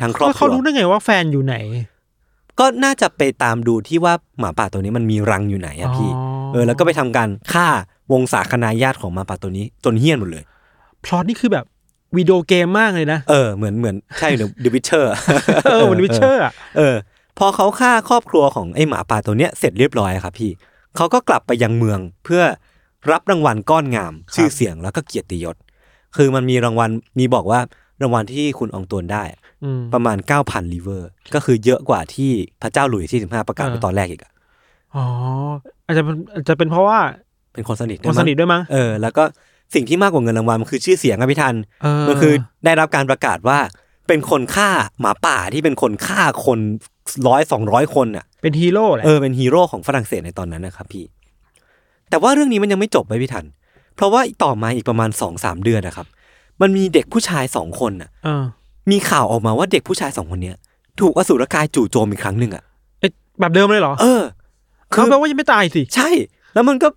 [SPEAKER 2] ทางครอบ
[SPEAKER 3] แล้ว
[SPEAKER 2] ครั
[SPEAKER 3] เขา
[SPEAKER 2] ว
[SPEAKER 3] รู้ได้ไงว่าแฟนอยู่ไหน
[SPEAKER 2] ก็น่าจะไปตามดูที่ว่าหมาป่าตัวนี้มันมีรังอยู่ไหนอะพี่
[SPEAKER 3] อ๋อ
[SPEAKER 2] เออแล้วก็ไปทำการฆ่าวงศาคณาญาติของหมาป่าตัวนี้ จนเฮี้ยนหมดเลย
[SPEAKER 3] พล็อตนี่คือแบบวิดีโอเกมมากเลยนะ
[SPEAKER 2] เออเหมือนเหมือนใช่หรือเดวิเชอร์
[SPEAKER 3] เออเหมือนวิเชอร์อะ
[SPEAKER 2] เออพอเขาฆ่าครอบครัวของไอหมาป่าตัวเนี้ยเสร็จเรียบร้อยครับพี่เขาก็กลับไปยังเมืองเพื่อรับรางวัลก้อนงาม ชื่อเสียงแล้วก็เกียรติยศ คือมันมีรางวัลมีบอกว่ารางวัลที่คุณอองตวนได้
[SPEAKER 3] อืม
[SPEAKER 2] ประมาณ 9,000ลิเวอร์ ก็คือเยอะกว่าที่พระเจ้าหลุยส์ที่15 ประกาศไป
[SPEAKER 3] เออ
[SPEAKER 2] ตอนแรกอีกอะ
[SPEAKER 3] อ๋ออาจจะเป็นอาจจะเป็นเพราะว่า
[SPEAKER 2] เป็นคนสนิท
[SPEAKER 3] ค
[SPEAKER 2] ด้วน ย
[SPEAKER 3] ส
[SPEAKER 2] มั้ง
[SPEAKER 3] นิทด้วยมั้ง
[SPEAKER 2] เออแล้วก็สิ่งที่มากกว่าเงินรางวัลมันคือชื่อเสียงอะพี่ทัน
[SPEAKER 3] เออ
[SPEAKER 2] มันคือได้รับการประกาศว่าเป็นคนฆ่าหมาป่าที่เป็นคนฆ่าคนร้อยสองร้อยคนอ่ะ
[SPEAKER 3] เป็นฮีโร่แหละ
[SPEAKER 2] เออเป็นฮีโร่ของฝรั่งเศสในตอนนั้นนะครับพี่ แต่ว่าเรื่องนี้มันยังไม่จบไปพี่ทัน เพราะว่าต่อมาอีกประมาณสองสามเดือนนะครับ มันมีเด็กผู้ชายสองคนอ่ะ
[SPEAKER 3] เออ
[SPEAKER 2] มีข่าวออกมาว่าเด็กผู้ชายสองคนเนี้ย ถูกอสุรกายจู่โจมอีกครั้งหนึ่งอ่ะ
[SPEAKER 3] เอ๊ะแบบเดิมเลยเหรอ
[SPEAKER 2] เออ
[SPEAKER 3] เขาแปลว่ายังไม่ตายสิ
[SPEAKER 2] ใช่ แล้วมันก็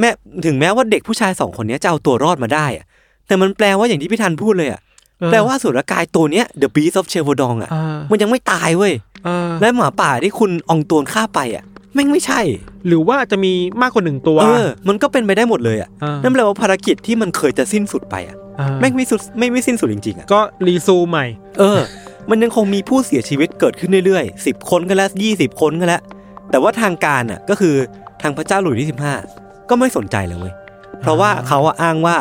[SPEAKER 2] แม้ถึงแม้ว่าเด็กผู้ชายสองคนเนี้ยจะเอาตัวรอดมาได้อะแต่มันแปลว่าอย่างที่พี่ทันพูดเลยอ่ะ
[SPEAKER 3] เออ
[SPEAKER 2] แปลว่าอสุรกายตัวเนี้ย The Beast of c h e v o d o n อ่ะ
[SPEAKER 3] เออ
[SPEAKER 2] มันยังไม่ตายเว้ย
[SPEAKER 3] เออ
[SPEAKER 2] และหมาป่าที่คุณอองตวนฆ่าไปอ่ะแม่งไม่ใช่
[SPEAKER 3] หรือว่าจะมีมากกว่าหนึ่งตัว
[SPEAKER 2] เออ มันก็เป็นไปได้หมดเลยอ่ะ
[SPEAKER 3] เออ
[SPEAKER 2] นั่นแปลว่าภารกิจที่มันเคยจะสิ้นสุดไปอ่ะ
[SPEAKER 3] เออ
[SPEAKER 2] แม่งไม่สุดไม่ไม่สิ้นสุดจริงๆอ่ะ
[SPEAKER 3] ก็รีซูมใหม่
[SPEAKER 2] เออ มันยังคงมีผู้เสียชีวิตเกิดขึ้นเรื่อยๆสิบคนก็แล้วยี่สิบคนก็แล้ว แต่ว่าทางการอ่ะก็คือทางพระเจ้าหลุยส์ที่สิบห้าก็ไม่สนใจเลยเว้ย เพราะว่าเขาอะอ้างว่า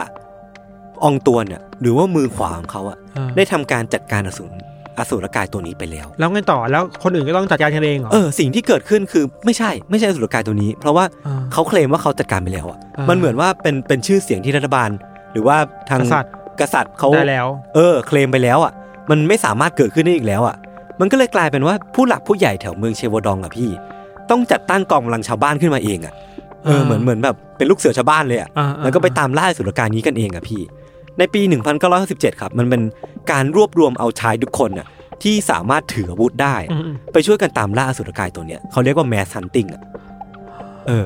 [SPEAKER 2] อองตวนอ่ะหรือว่ามือขวาของเขาอ่ะ
[SPEAKER 3] เออ
[SPEAKER 2] ได้ทำการจัดการอสูรอสูรกายตัวนี้ไปแล้ว
[SPEAKER 3] แล้วไงต่อแล้วคนอื่นก็ต้องจัดการกันเองเหรอ
[SPEAKER 2] เออ สิ่งที่เกิดขึ้นคือไม่ใช่ไม่ใช่อสุรกายตัวนี้ เพราะว่า
[SPEAKER 3] อ่า
[SPEAKER 2] เขาเคลมว่าเขาจัดการไปแล้วอ่ะ
[SPEAKER 3] อ่ามั
[SPEAKER 2] มันเหมือนว่าเป็นเป็นชื่อเสียงที่รัฐบาล หรือว่าทาง
[SPEAKER 3] กษัตริย์
[SPEAKER 2] กษัตริย์เขา
[SPEAKER 3] ได้แล้ว
[SPEAKER 2] เออเคลมไปแล้วอ่ะ มันไม่สามารถเกิดขึ้นได้อีกแล้วอ่ะ มันก็เลยกลายเป็นว่าผู้หลักผู้ใหญ่แถวเมืองเชโวดองอ่ะพี่ ต้องจัดตั้งกองกำลังชาวบ้านขึ้นมาเองอ่ะเออ
[SPEAKER 3] อ่า
[SPEAKER 2] เหมือนเหมือนแบบเป็นลูกเสือชาวบ้านเลยอ่ะ
[SPEAKER 3] อ่าอ่า
[SPEAKER 2] แล้วก็ไปตามล่าสุรการนี้กันเองอ่ะพี่ ในปี 1917ครับ มันเป็นการรวบรวมเอาชายทุกคนอ่ะที่สามารถถืออาวุธได้อะ
[SPEAKER 3] อืมอืม
[SPEAKER 2] ไปช่วยกันตามล่าอสุรกายตัวเนี้ยเขาเรียกว่าแมสฮันติงอ่ะ เออ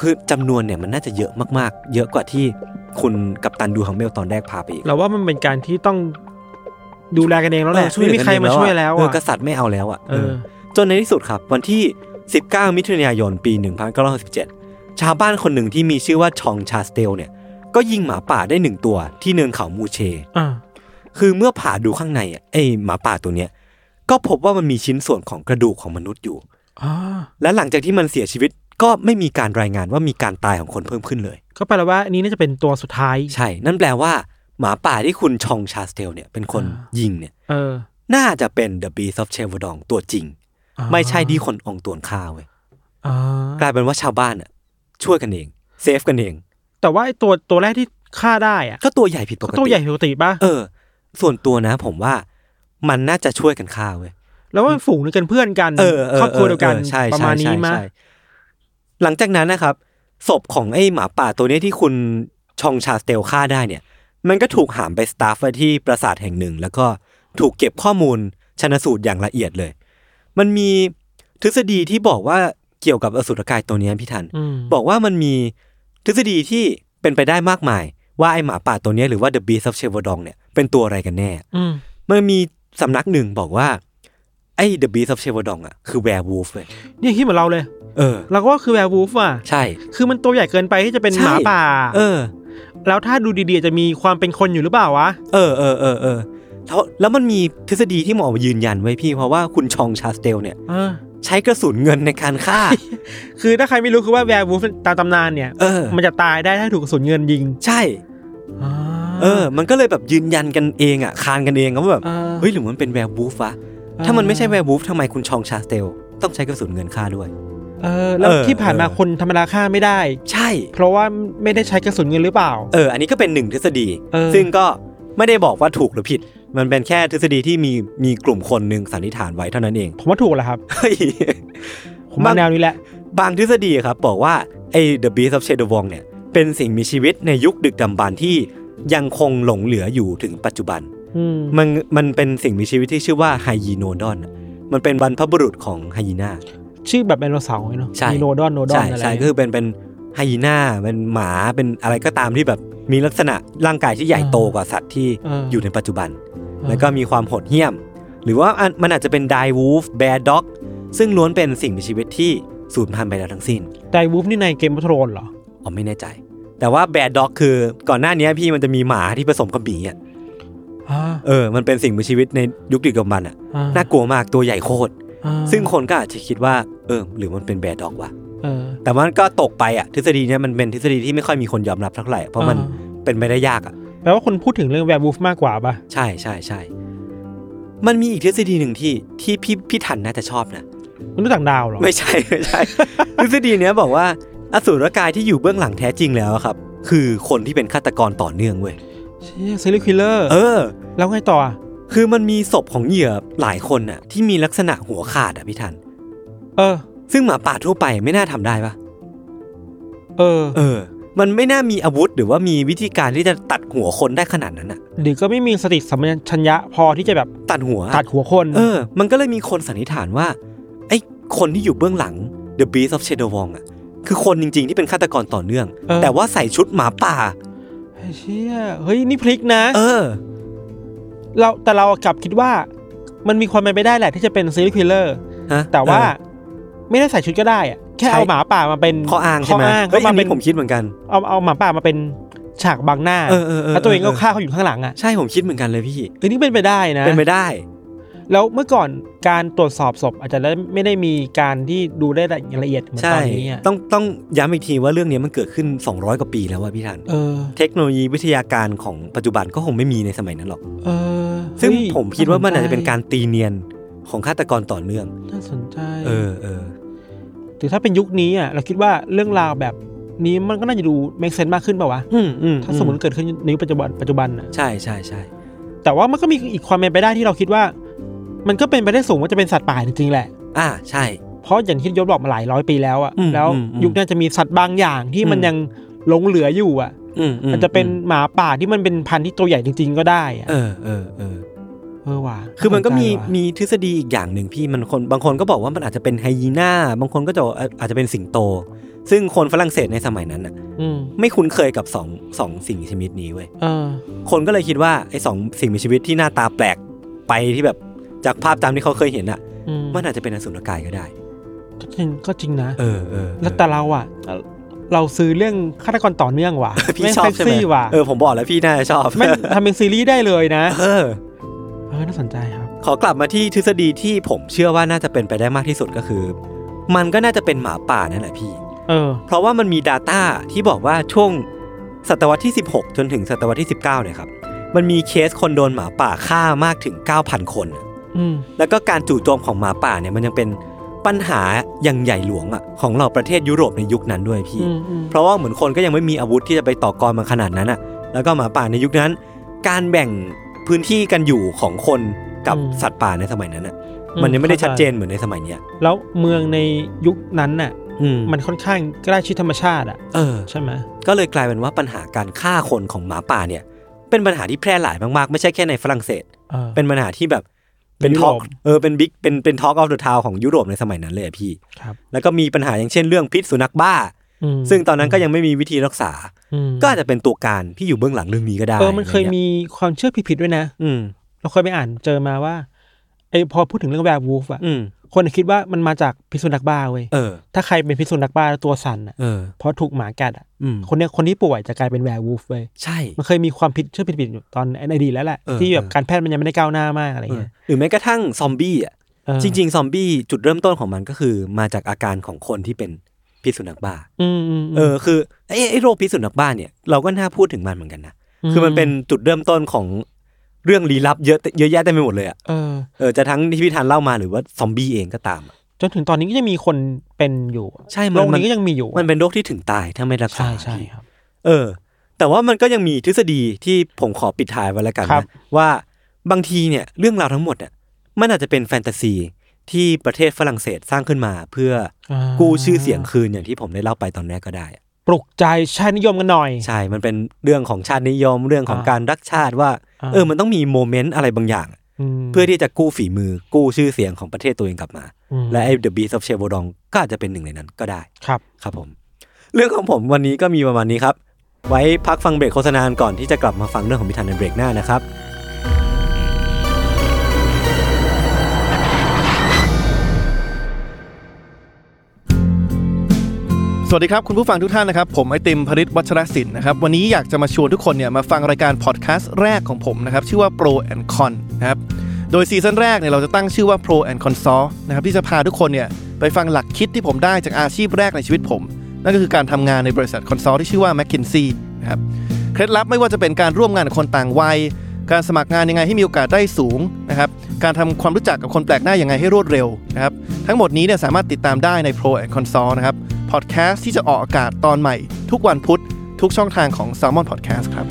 [SPEAKER 2] คือจำนวนเนี่ยมันน่าจะเยอะมากๆ เยอะกว่าที่คุณกัปตันดูฮัมเมลตอนแรกพาไปอีก
[SPEAKER 3] เราว่ามันเป็นการที่ต้องดูแลกันเองแล้วแหละ
[SPEAKER 2] เออ
[SPEAKER 3] ไม่มีใครมาช่วยแล้ว
[SPEAKER 2] เออ
[SPEAKER 3] อ่ะ
[SPEAKER 2] กษัตริย์ไม่เอาแล้วอ่ะ
[SPEAKER 3] เออ
[SPEAKER 2] จนในที่สุดครับ วันที่ 19 มิถุนายนปี 1917 ชาวบ้านคนหนึ่งที่มีชื่อว่าชองชาสเตลเนี่ย ก็ยิงหมาป่าได้หนึ่งตัวที่เนินเขามูเช
[SPEAKER 3] อ่า
[SPEAKER 2] คือเมื่อผ่าดูข้างในอ่ะไอหมาป่าตัวเนี้ย ก็พบว่ามันมีชิ้นส่วนของกระดูกของมนุษย์อยู่
[SPEAKER 3] อ่า
[SPEAKER 2] และหลังจากที่มันเสียชีวิตก็ไม่มีการรายงานว่ามีการตายของคนเพิ่มขึ้นเลย
[SPEAKER 3] ก็แปลว่าอันนี้น่าจะเป็นตัวสุดท้าย
[SPEAKER 2] ใช่ นั่นแปลว่า หมาป่าที่คุณชองชาสเตลเนี่ยเป็นคน
[SPEAKER 3] อ่า
[SPEAKER 2] ยิงเนี่ย
[SPEAKER 3] เออ
[SPEAKER 2] น่าจะเป็น The Beast of c h e v o d o n ตัวจริง
[SPEAKER 3] อ่า
[SPEAKER 2] ไม่ใช่ที่คนอองตวนฆ่าเว้ย
[SPEAKER 3] อ่าก
[SPEAKER 2] ลายเป็นว่าชาวบ้านอ่ะช่วยกันเอง เซฟกันเอง
[SPEAKER 3] แต่ว่าไอ้ตัวตัวแรกที่ฆ่าได้อ่ะ
[SPEAKER 2] ก็ตัวใหญ่ผิดปก
[SPEAKER 3] ก็
[SPEAKER 2] ติ
[SPEAKER 3] ตัวใหญ่ปกติป่ะ
[SPEAKER 2] เออ ส่วนตัวนะผมว่ามันน่าจะช่วยกันฆ่าเว้ย
[SPEAKER 3] แล้วว่าฝูงเดียวกันเพื่อนกัน
[SPEAKER 2] เออเ
[SPEAKER 3] ครอบครัวเดียวกัน
[SPEAKER 2] ออใช่
[SPEAKER 3] ประมาณนี้
[SPEAKER 2] ใช่
[SPEAKER 3] มั้ย
[SPEAKER 2] ใช่ใช่หลังจากนั้นนะครับ ศพของไอ้หมาป่าตัวเนี้ยที่คุณชองชาสเตลฆ่าได้เนี่ย มันก็ถูกหามไปสตาฟไว้ที่ปราสาทแห่งหนึ่ง แล้วก็ถูกเก็บข้อมูลชนสูตรอย่างละเอียดเลย มันมีทฤษฎีที่บอกว่าเกี่ยวกับอสุรกายตัวเนี้ยพี่ทัน
[SPEAKER 3] อืม
[SPEAKER 2] บอกว่ามันมีทฤษฎีที่เป็นไปได้มากมาย ว่าไอหมาป่าตัวเนี้ยหรือว่า The Beast of c h e v o d o n เนี่ยเป็นตัวอะไรกันแน่
[SPEAKER 3] อืม
[SPEAKER 2] มันมีสำนักหนึ่งบอกว่า ไอ้ The Beast of c h e v o d o n อ่ะคือแวร์วูฟเลย
[SPEAKER 3] เนี่ยคิดเหมือนเราเลย
[SPEAKER 2] เออ
[SPEAKER 3] เราก็ว่าคือแวร์วูฟอ่ะ
[SPEAKER 2] ใช่
[SPEAKER 3] คือมันตัวใหญ่เกินไปที่จะเป็น
[SPEAKER 2] ใช่
[SPEAKER 3] หมาป่า
[SPEAKER 2] เออ
[SPEAKER 3] แล้วถ้าดูดีๆจะมีความเป็นคนอยู่หรือเปล่าวะ
[SPEAKER 2] เออเออเออเออแล้วแล้วมันมีทฤษฎีที่หมอยืนยันไว้พี่ เพราะว่าคุณชองชาสเตลเนี่ย
[SPEAKER 3] เออ
[SPEAKER 2] ใช้กระสุนเงินในการฆ่า
[SPEAKER 3] คือถ้าใครไม่รู้คือว่าแวร์วูฟตามตำนานเนี่ย
[SPEAKER 2] เออ
[SPEAKER 3] มันจะตายได้ถ้าถูกกระสุนเงินยิง
[SPEAKER 2] ใช่ เออ มันก็เลยแบบยืนยันกันเองอ่ะ คานกันเองอะว่าแบบ
[SPEAKER 3] อ่า
[SPEAKER 2] เฮ้ยหรือมันเป็นแวร์วูฟวะ
[SPEAKER 3] อ่า
[SPEAKER 2] ถ้ามันไม่ใช่แวร์วูฟทำไมคุณชองชาสเตลต้องใช้กระสุนเงินฆ่าด้วย
[SPEAKER 3] เออแล้ว
[SPEAKER 2] เออ
[SPEAKER 3] ที่ผ่านมา
[SPEAKER 2] เออ
[SPEAKER 3] คนธรรมดาฆ่าไม่ได้
[SPEAKER 2] ใช่
[SPEAKER 3] เพราะว่าไม่ได้ใช้กระสุนเงินหรือเปล่า
[SPEAKER 2] เออ อันนี้ก็เป็นหนึ่งทฤษฎี
[SPEAKER 3] เออ
[SPEAKER 2] ซึ่งก็ไม่ได้บอกว่าถูกหรือผิด มันเป็นแค่ทฤษฎีที่มีมีกลุ่มคนหนึ่งสันนิษฐานไว้เท่านั้นเอง
[SPEAKER 3] ผมว่าถูกแหละครับ
[SPEAKER 2] เฮ้ย
[SPEAKER 3] ผมมา
[SPEAKER 2] บาง
[SPEAKER 3] แนวนี้แหละ
[SPEAKER 2] บางทฤษฎีครับบอกว่าไอ้ The Beast of Shadow Wong เนี่ยเป็นสิ่งมีชีวิตในยุคดึกดำบรรพ์ที่ยังคงหลงเหลืออยู่ถึงปัจจุบัน
[SPEAKER 3] อืม
[SPEAKER 2] มันมันเป็นสิ่งมีชีวิตที่ชื่อว่าไฮยีโนดอน มันเป็นบรรพบุรุษของไฮยีนา
[SPEAKER 3] ชื่อแบบไดโนเสาร์เนาะ
[SPEAKER 2] ใช่
[SPEAKER 3] มีโนดอนโนดอ
[SPEAKER 2] ใช่
[SPEAKER 3] นอะไร
[SPEAKER 2] ใช่ก็คือเป็นเป็นไฮยีนาเป็นหมาเป็นอะไรก็ตามที่แบบมีลักษณะร่างกายที่ใหญ่โตกว่าสัตว์ที่อยู่ในปัจจุบัน แล้วก็มีความโหดเหี้ยม หรือว่าอันมันอาจจะเป็นไดวูฟแบร์ด็อกซึ่งล้วนเป็นสิ่งมีชีวิตที่สูญพันธุ์ไปแล้วทั้งสิ้น
[SPEAKER 3] ไดวูฟนี่ในเกมโทรนเหรอ
[SPEAKER 2] อ๋อไม่แน่ใจ แต่ว่าแบดด็อกคือก่อนหน้านี้พี่มันจะมีหมาที่ผสมกับหมีอ่ะ
[SPEAKER 3] อ่า
[SPEAKER 2] เออมันเป็นสิ่งมีชีวิตในยุคดึกดำบรรพ์อ่ะ
[SPEAKER 3] อ่
[SPEAKER 2] น่ากลัวมากตัวใหญ่โคตร
[SPEAKER 3] อ่า
[SPEAKER 2] ซึ่งคนก็อาจจะคิดว่าเออหรือมันเป็นแบดด็อกวะ
[SPEAKER 3] เออ
[SPEAKER 2] แต่มันก็ตกไปอ่ะทฤษฎีเนี้ยมันเป็นทฤษฎีที่ไม่ค่อยมีคนยอมรับเท่าไหร่เพราะมัน
[SPEAKER 3] อ่
[SPEAKER 2] เป็นไปได้ยากอ่ะ
[SPEAKER 3] แปลว่าคนพูดถึงเรื่องแวร์วูฟมากกว่าป่ะ
[SPEAKER 2] ใช่ใช่ใช่มันมีอีกทฤษฎีหนึ่งที่ที่พี่พี่ทันน่าจะชอบนะ
[SPEAKER 3] มันรู้ต่างดาวเหรอ
[SPEAKER 2] ไม่ใช่ ไม่ใช่ ทฤษฎีเนี้ยบอกว่าอสูรกายที่อยู่เบื้องหลังแท้จริงแล้วอะครับ คือคนที่เป็นฆาตกรต่อเนื่องเว้ย
[SPEAKER 3] เชี่ยซีรีส์คิลเลอร์
[SPEAKER 2] เออ
[SPEAKER 3] แล้วไงต่ออะ
[SPEAKER 2] คือมันมีศพของเหยื่อหลายคนน่ะที่มีลักษณะหัวขาดอ่ะพี่ทัน
[SPEAKER 3] เออ
[SPEAKER 2] ซึ่งหมาป่าทั่วไปไม่น่าทำได้ปะ
[SPEAKER 3] เออ
[SPEAKER 2] เออ มันไม่น่ามีอาวุธหรือว่ามีวิธีการที่จะตัดหัวคนได้ขนาดนั้นอ่ะ
[SPEAKER 3] หรือก็ไม่มีสติสัมปชัญญะพอที่จะแบบ
[SPEAKER 2] ตัดหัว
[SPEAKER 3] ตัดหัวคน
[SPEAKER 2] เออ มันก็เลยมีคนสันนิษฐานว่าไอ้คนที่อยู่เบื้องหลัง The Beast of Shadow Wong อ่ะคือคนจริงๆที่เป็นฆาตกรต่อเนื่อง
[SPEAKER 3] เออ
[SPEAKER 2] แต่ว่าใส่ชุดหมาป่า
[SPEAKER 3] ไอ้เชี่ยเฮ้ย นี่พลิกนะ
[SPEAKER 2] เออ
[SPEAKER 3] เราแต่เรากลับคิดว่า มันมีความเป็นไปได้แหละที่จะเป็นซีรีส์คิลเลอร์
[SPEAKER 2] ฮะ
[SPEAKER 3] แต่ว่า
[SPEAKER 2] เออ
[SPEAKER 3] ไม่ได้ใส่ชุดก็ได้อะแค่
[SPEAKER 2] ใช่
[SPEAKER 3] เอาหมาป่ามาเป็น
[SPEAKER 2] ข้ออ้างใช่ไหม
[SPEAKER 3] ข้ออ้าง
[SPEAKER 2] เฮ้ย
[SPEAKER 3] ก็
[SPEAKER 2] อั
[SPEAKER 3] มานเป็
[SPEAKER 2] นี้
[SPEAKER 3] น
[SPEAKER 2] ผมคิดเหมือนกัน
[SPEAKER 3] เอาเอาหมาป่ามาเป็นฉากบังหน้า
[SPEAKER 2] เออเออเออ
[SPEAKER 3] แล้วตัวเองก็
[SPEAKER 2] เออ
[SPEAKER 3] ฆ่าเขาอยู่ข้างหลังอ่ะ
[SPEAKER 2] ใช่ผมคิดเหมือนกันเลยพี่
[SPEAKER 3] เออนี่เป็นไปได้นะ
[SPEAKER 2] เป็นไปได้
[SPEAKER 3] แล้วเมื่อก่อนการตรวจสอบศพอาจจะไม่ได้มีการที่ดูได้ละเอียดเหมือน
[SPEAKER 2] ใช่
[SPEAKER 3] ตอนนี้อะ
[SPEAKER 2] ต้องต้องย้ำอีกทีว่าเรื่องนี้มันเกิดขึ้น 200 กว่าปีแล้วว่าพี่ทัน
[SPEAKER 3] เออ
[SPEAKER 2] เทคโนโลยีวิทยาการของปัจจุบันก็คงไม่มีในสมัยนั้นหรอก
[SPEAKER 3] เออ
[SPEAKER 2] ซึ่ง
[SPEAKER 3] เฮ้ย
[SPEAKER 2] ผมคิดว่ามันอาจจะเป็นการตีเนียนของฆาตกรต่อเนื่อง
[SPEAKER 3] น่าสนใจ
[SPEAKER 2] เออเออ
[SPEAKER 3] ถือถ้าเป็นยุคนี้อ่ะเราคิดว่าเรื่องราวแบบนี้มันก็น่าจะดู make sense มากขึ้นป่าวะ
[SPEAKER 2] อืมอืม
[SPEAKER 3] ถ้าสมมติเกิดขึ้นในยุคปัจจุบันปัจจุบันอ่ะ
[SPEAKER 2] ใช่ใช่ใช่
[SPEAKER 3] แต่ว่ามันก็มีอีกความเป็นไปได้ที่เราคิดว่า มันก็เป็นไปได้สูงว่าจะเป็นสัตว์ป่าจริงๆแหละ
[SPEAKER 2] อ่าใช่
[SPEAKER 3] เพราะอย่างที่ยศบอกมาหลายร้อยปีแล้วอ่ะ
[SPEAKER 2] อืม
[SPEAKER 3] แล้ว
[SPEAKER 2] อืมอืม
[SPEAKER 3] ยุคน่าจะมีสัตว์บางอย่างที่มัน
[SPEAKER 2] อืม
[SPEAKER 3] ยังหลงเหลืออยู่อ่ะ
[SPEAKER 2] อืมอื
[SPEAKER 3] อาจจะเป็นหมาป่าที่มันเป็นพันธุ์ที่ตัวใหญ่จริง ๆ ก็ได้อะ
[SPEAKER 2] เออเออเออ
[SPEAKER 3] เออว่ะ
[SPEAKER 2] คือมันก็มี
[SPEAKER 3] สใจว่ะ
[SPEAKER 2] มีทฤษฎีอีกอย่างหนึ่งพี่มันคนบางคนก็บอกว่ามันอาจจะเป็นไฮยีน่า บางคนก็จะบอกว่าอาจจะเป็นสิงโต ซึ่งคนฝรั่งเศสในสมัยนั้นน่ะ
[SPEAKER 3] อืม
[SPEAKER 2] ไม่คุ้นเคยกับสองสองสิ่งมีชีวิตนี้เว้ย
[SPEAKER 3] เออ
[SPEAKER 2] คนก็เลยคิดว่าไอ้สองสิ่งมีชีวิตที่หน้าตาแปลกไปที่แบบจากภาพจำที่เขาเคยเห็นอ่ะ
[SPEAKER 3] อืม
[SPEAKER 2] มันอาจจะเป็นอสุรกายก็ได้
[SPEAKER 3] ก็จริงก็จริงนะ
[SPEAKER 2] เออเออ
[SPEAKER 3] แล้วแต่เราอ่ะ เราซื้อเรื่องฆาตกรต่อเนื่องว่ะ
[SPEAKER 2] พี่ชอบใช่ไหม
[SPEAKER 3] แงเซ็กซี่ว่ะ
[SPEAKER 2] เออผมบอกแล้วพี่น่าจะชอบ
[SPEAKER 3] แม่งทำเป็นซีรีส์ได้เลยนะ
[SPEAKER 2] เออ
[SPEAKER 3] เออน่าสนใจครับ
[SPEAKER 2] ขอกลับมาที่ทฤษฎีที่ผมเชื่อว่าน่าจะเป็นไปได้มากที่สุดก็คือ มันก็น่าจะเป็นหมาป่านั่นแหละพี่
[SPEAKER 3] เออ
[SPEAKER 2] เพราะว่ามันมี Data ที่บอกว่าช่วงศตวรรษที่ 16 จนถึงศตวรรษที่ 19เนี่ยครับมันมีเคสคนโดนหมาป่าฆ่ามากถึง 9,000 คน
[SPEAKER 3] อืม
[SPEAKER 2] แล้วก็การจู่โจมของหมาป่าเนี่ยมันยังเป็นปัญหาอย่างใหญ่หลวงอ่ะของเหล่าประเทศยุโรปในยุคนั้นด้วยพี่
[SPEAKER 3] อืมอืม
[SPEAKER 2] เพราะว่าเหมือนคนก็ยังไม่มีอาวุธที่จะไปต่อกรมันขนาดนั้นอ่ะ แล้วก็หมาป่าในยุคนั้น การแบ่งพื้นที่กันอยู่ของคนกับสัตว์ป่าในสมัยนั้นอ่ะ มันยังไม่ได้ชัดเจนเหมือนในสมัยเนี้ย
[SPEAKER 3] แล้วเมืองในยุคนั้นน่ะ
[SPEAKER 2] อืม
[SPEAKER 3] มันค่อนข้างใกล้ชิดธรรมชาติอ่ะ
[SPEAKER 2] เออ
[SPEAKER 3] ใช่ไหม
[SPEAKER 2] ก็เลยกลายเป็นว่าปัญหาการฆ่าคนของหมาป่าเนี่ย เป็นปัญหาที่แพร่หลายมากๆ ไม่ใช่แค่ในฝรั่งเศส
[SPEAKER 3] เออ
[SPEAKER 2] เป็นปัญหาที่แบบเป็น
[SPEAKER 3] ยุ
[SPEAKER 2] ท็
[SPEAKER 3] โร
[SPEAKER 2] อ
[SPEAKER 3] ป
[SPEAKER 2] กเออเป็นบิ๊กเป็นเป็นท็อกออฟเดอะทาวของยุโรปในสมัยนั้นเลยอะพี่
[SPEAKER 3] ครับ
[SPEAKER 2] แล้วก็มีปัญหาอย่างเช่นเรื่องพิษสุนัขบ้า
[SPEAKER 3] อืม
[SPEAKER 2] ซึ่งตอนนั้นก็ยังไม่มีวิธีรักษา
[SPEAKER 3] อืม
[SPEAKER 2] ก็อาจจะเป็นตัวการที่อยู่เบื้องหลังเรื่องนี้ก็ได้
[SPEAKER 3] เออมันเคย
[SPEAKER 2] ะไรงี้
[SPEAKER 3] มีความเชื่อผิดๆด้วยนะ
[SPEAKER 2] อืม
[SPEAKER 3] เราเคยไปอ่านเจอมาว่าไอพอพูดถึงเรื่องแวร์วูฟอะ
[SPEAKER 2] อืม
[SPEAKER 3] คนคิดว่ามันมาจากพิษสุนัขบ้าเว้ย
[SPEAKER 2] เออ
[SPEAKER 3] ถ้าใครเป็นพิษสุนัขบ้าแล้วตัวสั่นอะ
[SPEAKER 2] เออ
[SPEAKER 3] เพราะถูกหมากัดอะ
[SPEAKER 2] อืม
[SPEAKER 3] คนเนี้ยคนที่ป่วยจะกลายเป็นแวร์วูฟเว้ย
[SPEAKER 2] ใช่
[SPEAKER 3] มันเคยมีความผิดเชื่อผิดๆอยู่ตอนในอดีตแล้วแหละ
[SPEAKER 2] เออ
[SPEAKER 3] ที่แบบ
[SPEAKER 2] เออ
[SPEAKER 3] การแพทย์มันยังไม่ได้ก้าวหน้ามากอะไร
[SPEAKER 2] เออ
[SPEAKER 3] เงี้ย
[SPEAKER 2] หรือแม้กระทั่งซอมบี้อ่ะ
[SPEAKER 3] เออ
[SPEAKER 2] จริง ๆ ซอมบี้จุดเริ่มต้นของมันก็คือมาจากอาการของคนที่เป็นพิษสุนัขบ้า
[SPEAKER 3] อืมอืม
[SPEAKER 2] เออคือไอ้ไอ้โรคพิษสุนัขบ้าเนี่ยเราก็น่าพูดถึงมันเหมือนกันนะ คือมันเป็นจุดเริ่มต้นของเรื่องลี้ลับเยอะเยอะแยะเต็มไปหมดเลยอ่ะ
[SPEAKER 3] เออ
[SPEAKER 2] เออจะทั้งที่พี่ธันเล่ามาหรือว่าซอมบี้เองก็ตามอะ
[SPEAKER 3] จนถึงตอนนี้ก็ยังมีคนเป็นอยู่
[SPEAKER 2] ใช่มัน
[SPEAKER 3] โรค
[SPEAKER 2] มัน
[SPEAKER 3] นี้ก็ยังมีอยู่
[SPEAKER 2] มันเป็นโรคที่ถึงตายถ้าไม่รักษา
[SPEAKER 3] ใช่ใช่ครับ
[SPEAKER 2] เออ แต่ว่ามันก็ยังมีทฤษฎีที่ผมขอปิดท้ายไว้แล้วกัน
[SPEAKER 3] ครั
[SPEAKER 2] นะ
[SPEAKER 3] บ
[SPEAKER 2] ว่าบางทีเนี่ยเรื่องราวทั้งหมดเนี่ยมันอาจจะเป็นแฟนตาซีที่ประเทศฝรั่งเศสสร้างขึ้นมา เพื่อ
[SPEAKER 3] อ่า
[SPEAKER 2] กู้ชื่อเสียงคืนอย่างที่ผมได้เล่าไปตอนแรกก็ได้อะ
[SPEAKER 3] ปลุกใจชาตินิยมกันหน่อย
[SPEAKER 2] ใช่ มันเป็นเรื่องของชาตินิยมเรื่องของ
[SPEAKER 3] อ่า
[SPEAKER 2] การรักชาติว่า
[SPEAKER 3] อ่า
[SPEAKER 2] เออ มันต้องมีโมเมนต์อะไรบางอย่าง
[SPEAKER 3] ม
[SPEAKER 2] เพื่อที่จะกู้ฝีมือกู้ชื่อเสียงของประเทศตัวเองกลับมา
[SPEAKER 3] ม
[SPEAKER 2] และไอ้ The Beast of c h e v o d o n ก็อาจจะเป็นหนึ่งในนั้นก็ได้
[SPEAKER 3] ครับ
[SPEAKER 2] ครับผม เรื่องของผมวันนี้ก็มีประมาณนี้ครับ ไว้พักฟังเบรกโฆษณาก่อนที่จะกลับมาฟังเรื่องของพิธันในเบรกหน้านะครับ
[SPEAKER 4] สวัสดีครับ คุณผู้ฟังทุกท่านนะครับ ผมไอติมพริตวัชรศิลป์นะครับ วันนี้อยากจะมาชวนทุกคนเนี่ยมาฟังรายการพอดแคสต์แรกของผมนะครับ ชื่อว่า Pro and Con นะครับ โดยซีซั่นแรกเนี่ยเราจะตั้งชื่อว่า Pro and Con s o นะครับ ที่จะพาทุกคนเนี่ยไปฟังหลักคิดที่ผมได้จากอาชีพแรกในชีวิตผม นั่นก็คือการทำงานในบริษัทคอนซอลที่ชื่อว่า m c k i n s e y นะครับ เคล็ดลับไม่ว่าจะเป็นการร่วมงานกับคนต่างวัย การสมัครงานยังไงให้มีโอกาสได้สูงนะครับ การทำความรู้จักกับคนแปลกหน้ายังไงให้รวดเร็วนะครับ ทั้งหมดนี้เนี่ยสามารถติดตามได้ใน Pro and c o n s o l นะครับ พอดแคสต์ที่จะออกอากาศตอนใหม่ ทุกวันพุธทุกช่องทางของ s a l m o n Podcast ครับ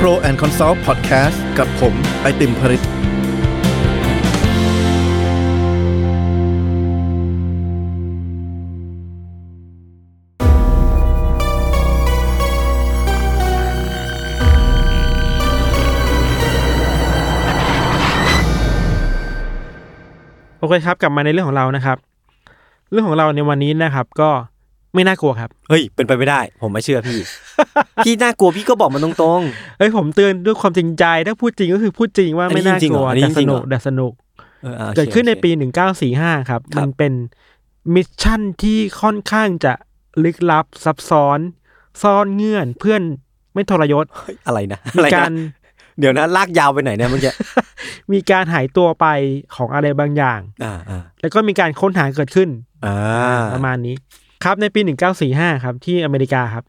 [SPEAKER 4] Pro and c o n s o l Podcast กับผมไอติมพริต
[SPEAKER 3] โอเคครับ กลับมาในเรื่องของเรานะครับ เรื่องของเราในวันนี้นะครับ ก็ไม่น่ากลัวครับ
[SPEAKER 2] เฮ้ยเป็นไปไม่ได้ ผมไม่เชื่อพี่ พี่น่ากลัวพี่ก็บอกมันตรงๆ
[SPEAKER 3] เอ้ยผมเตือนด้วยความจริงใจ ถ้าพูดจริงก็คือพูดจริงว่า
[SPEAKER 2] อันนี้
[SPEAKER 3] ไม่น่า
[SPEAKER 2] จริง
[SPEAKER 3] ก
[SPEAKER 2] เหร
[SPEAKER 3] ลั
[SPEAKER 2] อ
[SPEAKER 3] ว
[SPEAKER 2] อันนี้
[SPEAKER 3] แต่ส
[SPEAKER 2] จริงเหร
[SPEAKER 3] นุ
[SPEAKER 2] อ
[SPEAKER 3] กแต่สนุก
[SPEAKER 2] อออ่าโอค
[SPEAKER 3] เกิดขึ้นใน
[SPEAKER 2] โอค
[SPEAKER 3] ปี 1945 ครับ
[SPEAKER 2] ครับ
[SPEAKER 3] มันเป็นมิชชั่นที่ค่อนข้างจะลึกลับซับซ้อน ซ่อนเงื่อนเพื่อนไม่ทรยศ
[SPEAKER 2] เฮ้ยอะไร นะ
[SPEAKER 3] มี
[SPEAKER 2] อะไร
[SPEAKER 3] กา
[SPEAKER 2] นะ
[SPEAKER 3] ร
[SPEAKER 2] เดี๋ยวนะลากยาวไปไหนเนี่ยเมื่อกี้
[SPEAKER 3] มีการหายตัวไปของอะไรบางอย่าง
[SPEAKER 2] อ่าอ่า
[SPEAKER 3] แล้วก็มีการค้นหาเกิดขึ้น
[SPEAKER 2] อ่า
[SPEAKER 3] ประมาณนี้ ครับในปี 1945 ครับ ที่อเมริกาครับ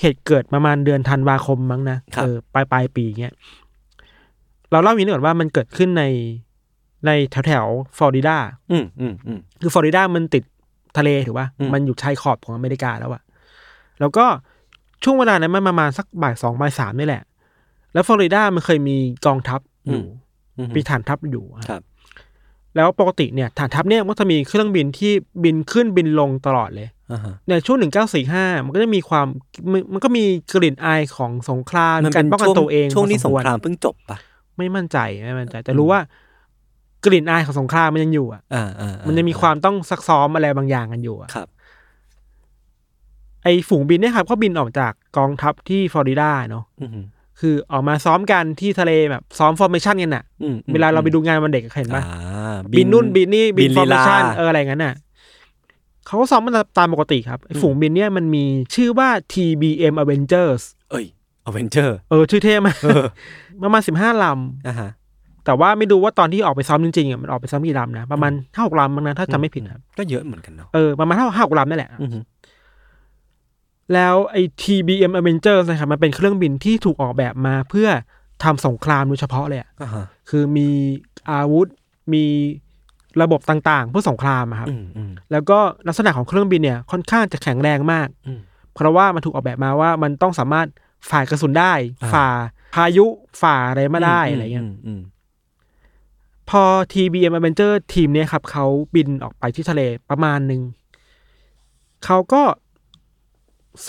[SPEAKER 3] เหตุเกิดประมาณเดือนธันวาคมมั้งนะเออปลายปลายปีเงี้ยเราเล่าอย่างนี้ก่อนว่ามันเกิดขึ้นในในแถวแถวๆฟลอริดา
[SPEAKER 2] อืมอืมอืม
[SPEAKER 3] คือฟลอริดามันติดทะเลถูกป่ะ
[SPEAKER 2] อืม
[SPEAKER 3] มันอยู่ชายขอบของอเมริกาแล้วอะแล้วก็ช่วงเวลานั้นมันประมาณสักบ่ายสองบ่ายสามนี่แหละ แล้วฟลอริดามันเคยมีกองทัพอยู่
[SPEAKER 2] อืม
[SPEAKER 3] มีฐานทัพอยู่อะ
[SPEAKER 2] ครับ
[SPEAKER 3] แล้วปกติเนี่ยฐานทัพเนี่ยมันจะมีเครื่องบินที่บินขึ้นบินลงตลอดเลย
[SPEAKER 2] อ่าฮะ
[SPEAKER 3] ในช่วงหนึ่งเก้าสี่ห้ามันก็จะมีความมันมันก็มีกลิ่นอายของสงครามการป้องกันตัวเอง
[SPEAKER 2] ช่วงที่
[SPEAKER 3] พอ
[SPEAKER 2] สง
[SPEAKER 3] วร
[SPEAKER 2] ครามเพิ่งจบปะ
[SPEAKER 3] ไม่มั่นใจไม่มั่นใจ แต่รู้ว่ากลิ่นอายของสงครามมันยังอยู่อะ
[SPEAKER 2] อ่าอ่าอ่า
[SPEAKER 3] มันจะมีความต้องซักซ้อมอะไรบางอย่างกันอยู่อะ
[SPEAKER 2] ครับ
[SPEAKER 3] ไอฝูงบินเนี่ยครับก็บินออกจากกองทัพที่ฟลอริดาเนาะ
[SPEAKER 2] อืม
[SPEAKER 3] คือออกมาซ้อมกันที่ทะเลแบบซ้อมฟอร์เมชันกันอะ
[SPEAKER 2] อืม
[SPEAKER 3] เวลาเราไปดูงานวันเด็กเห็นปะ
[SPEAKER 2] อ่า
[SPEAKER 3] บินนู่นบินนี่บินฟอร์เม
[SPEAKER 2] ลีลา
[SPEAKER 3] ชันเอออะไรงั้นอะเขาก็ซ้อมมันตามปกติครับไอฝูงบินเนี่ยมันมีชื่อว่า TBM Avengers
[SPEAKER 2] เอ้ยอเวนเจอร์
[SPEAKER 3] เออชื่อเท่มากประมาณสิบห้าล
[SPEAKER 2] อ่าฮะ
[SPEAKER 3] ำแต่ว่าไม่ดูว่าตอนที่ออกไปซ้อมจริงๆอะมันออกไปซ้อมกี่ลำนะประมาณห้าหกลำบางนะถ้าจำไม่ผิดนะครับ
[SPEAKER 2] ก็เยอะเหมือนกันเนาะ
[SPEAKER 3] เออประมาณห้าห้าหกลำนั่นแหละ
[SPEAKER 2] อืม
[SPEAKER 3] แล้วไอ้ TBM Avengers นะครับมันเป็นเครื่องบินที่ถูกออกแบบมาเพื่อทำสงครามโดยเฉพาะเลยอะ
[SPEAKER 2] อ่าฮะ
[SPEAKER 3] คือมีอาวุธ มีระบบต่างๆ เพื่อสงครามอะครับ
[SPEAKER 2] อืมอืม
[SPEAKER 3] แล้วก็ลักษณะของเครื่องบินเนี่ยค่อนข้างจะแข็งแรงมาก
[SPEAKER 2] อืม
[SPEAKER 3] เพราะว่ามันถูกออกแบบมาว่ามันต้องสามารถฝ่ากระสุนได้
[SPEAKER 2] อ่า
[SPEAKER 3] ฝ่าพายุฝ่าอะไรมาได้อะไรเงี้ย
[SPEAKER 2] มอืม
[SPEAKER 3] พอ TBM Avenger ทีมเนี้ยครับเขาบินออกไปที่ทะเลประมาณหนึ่ง เขาก็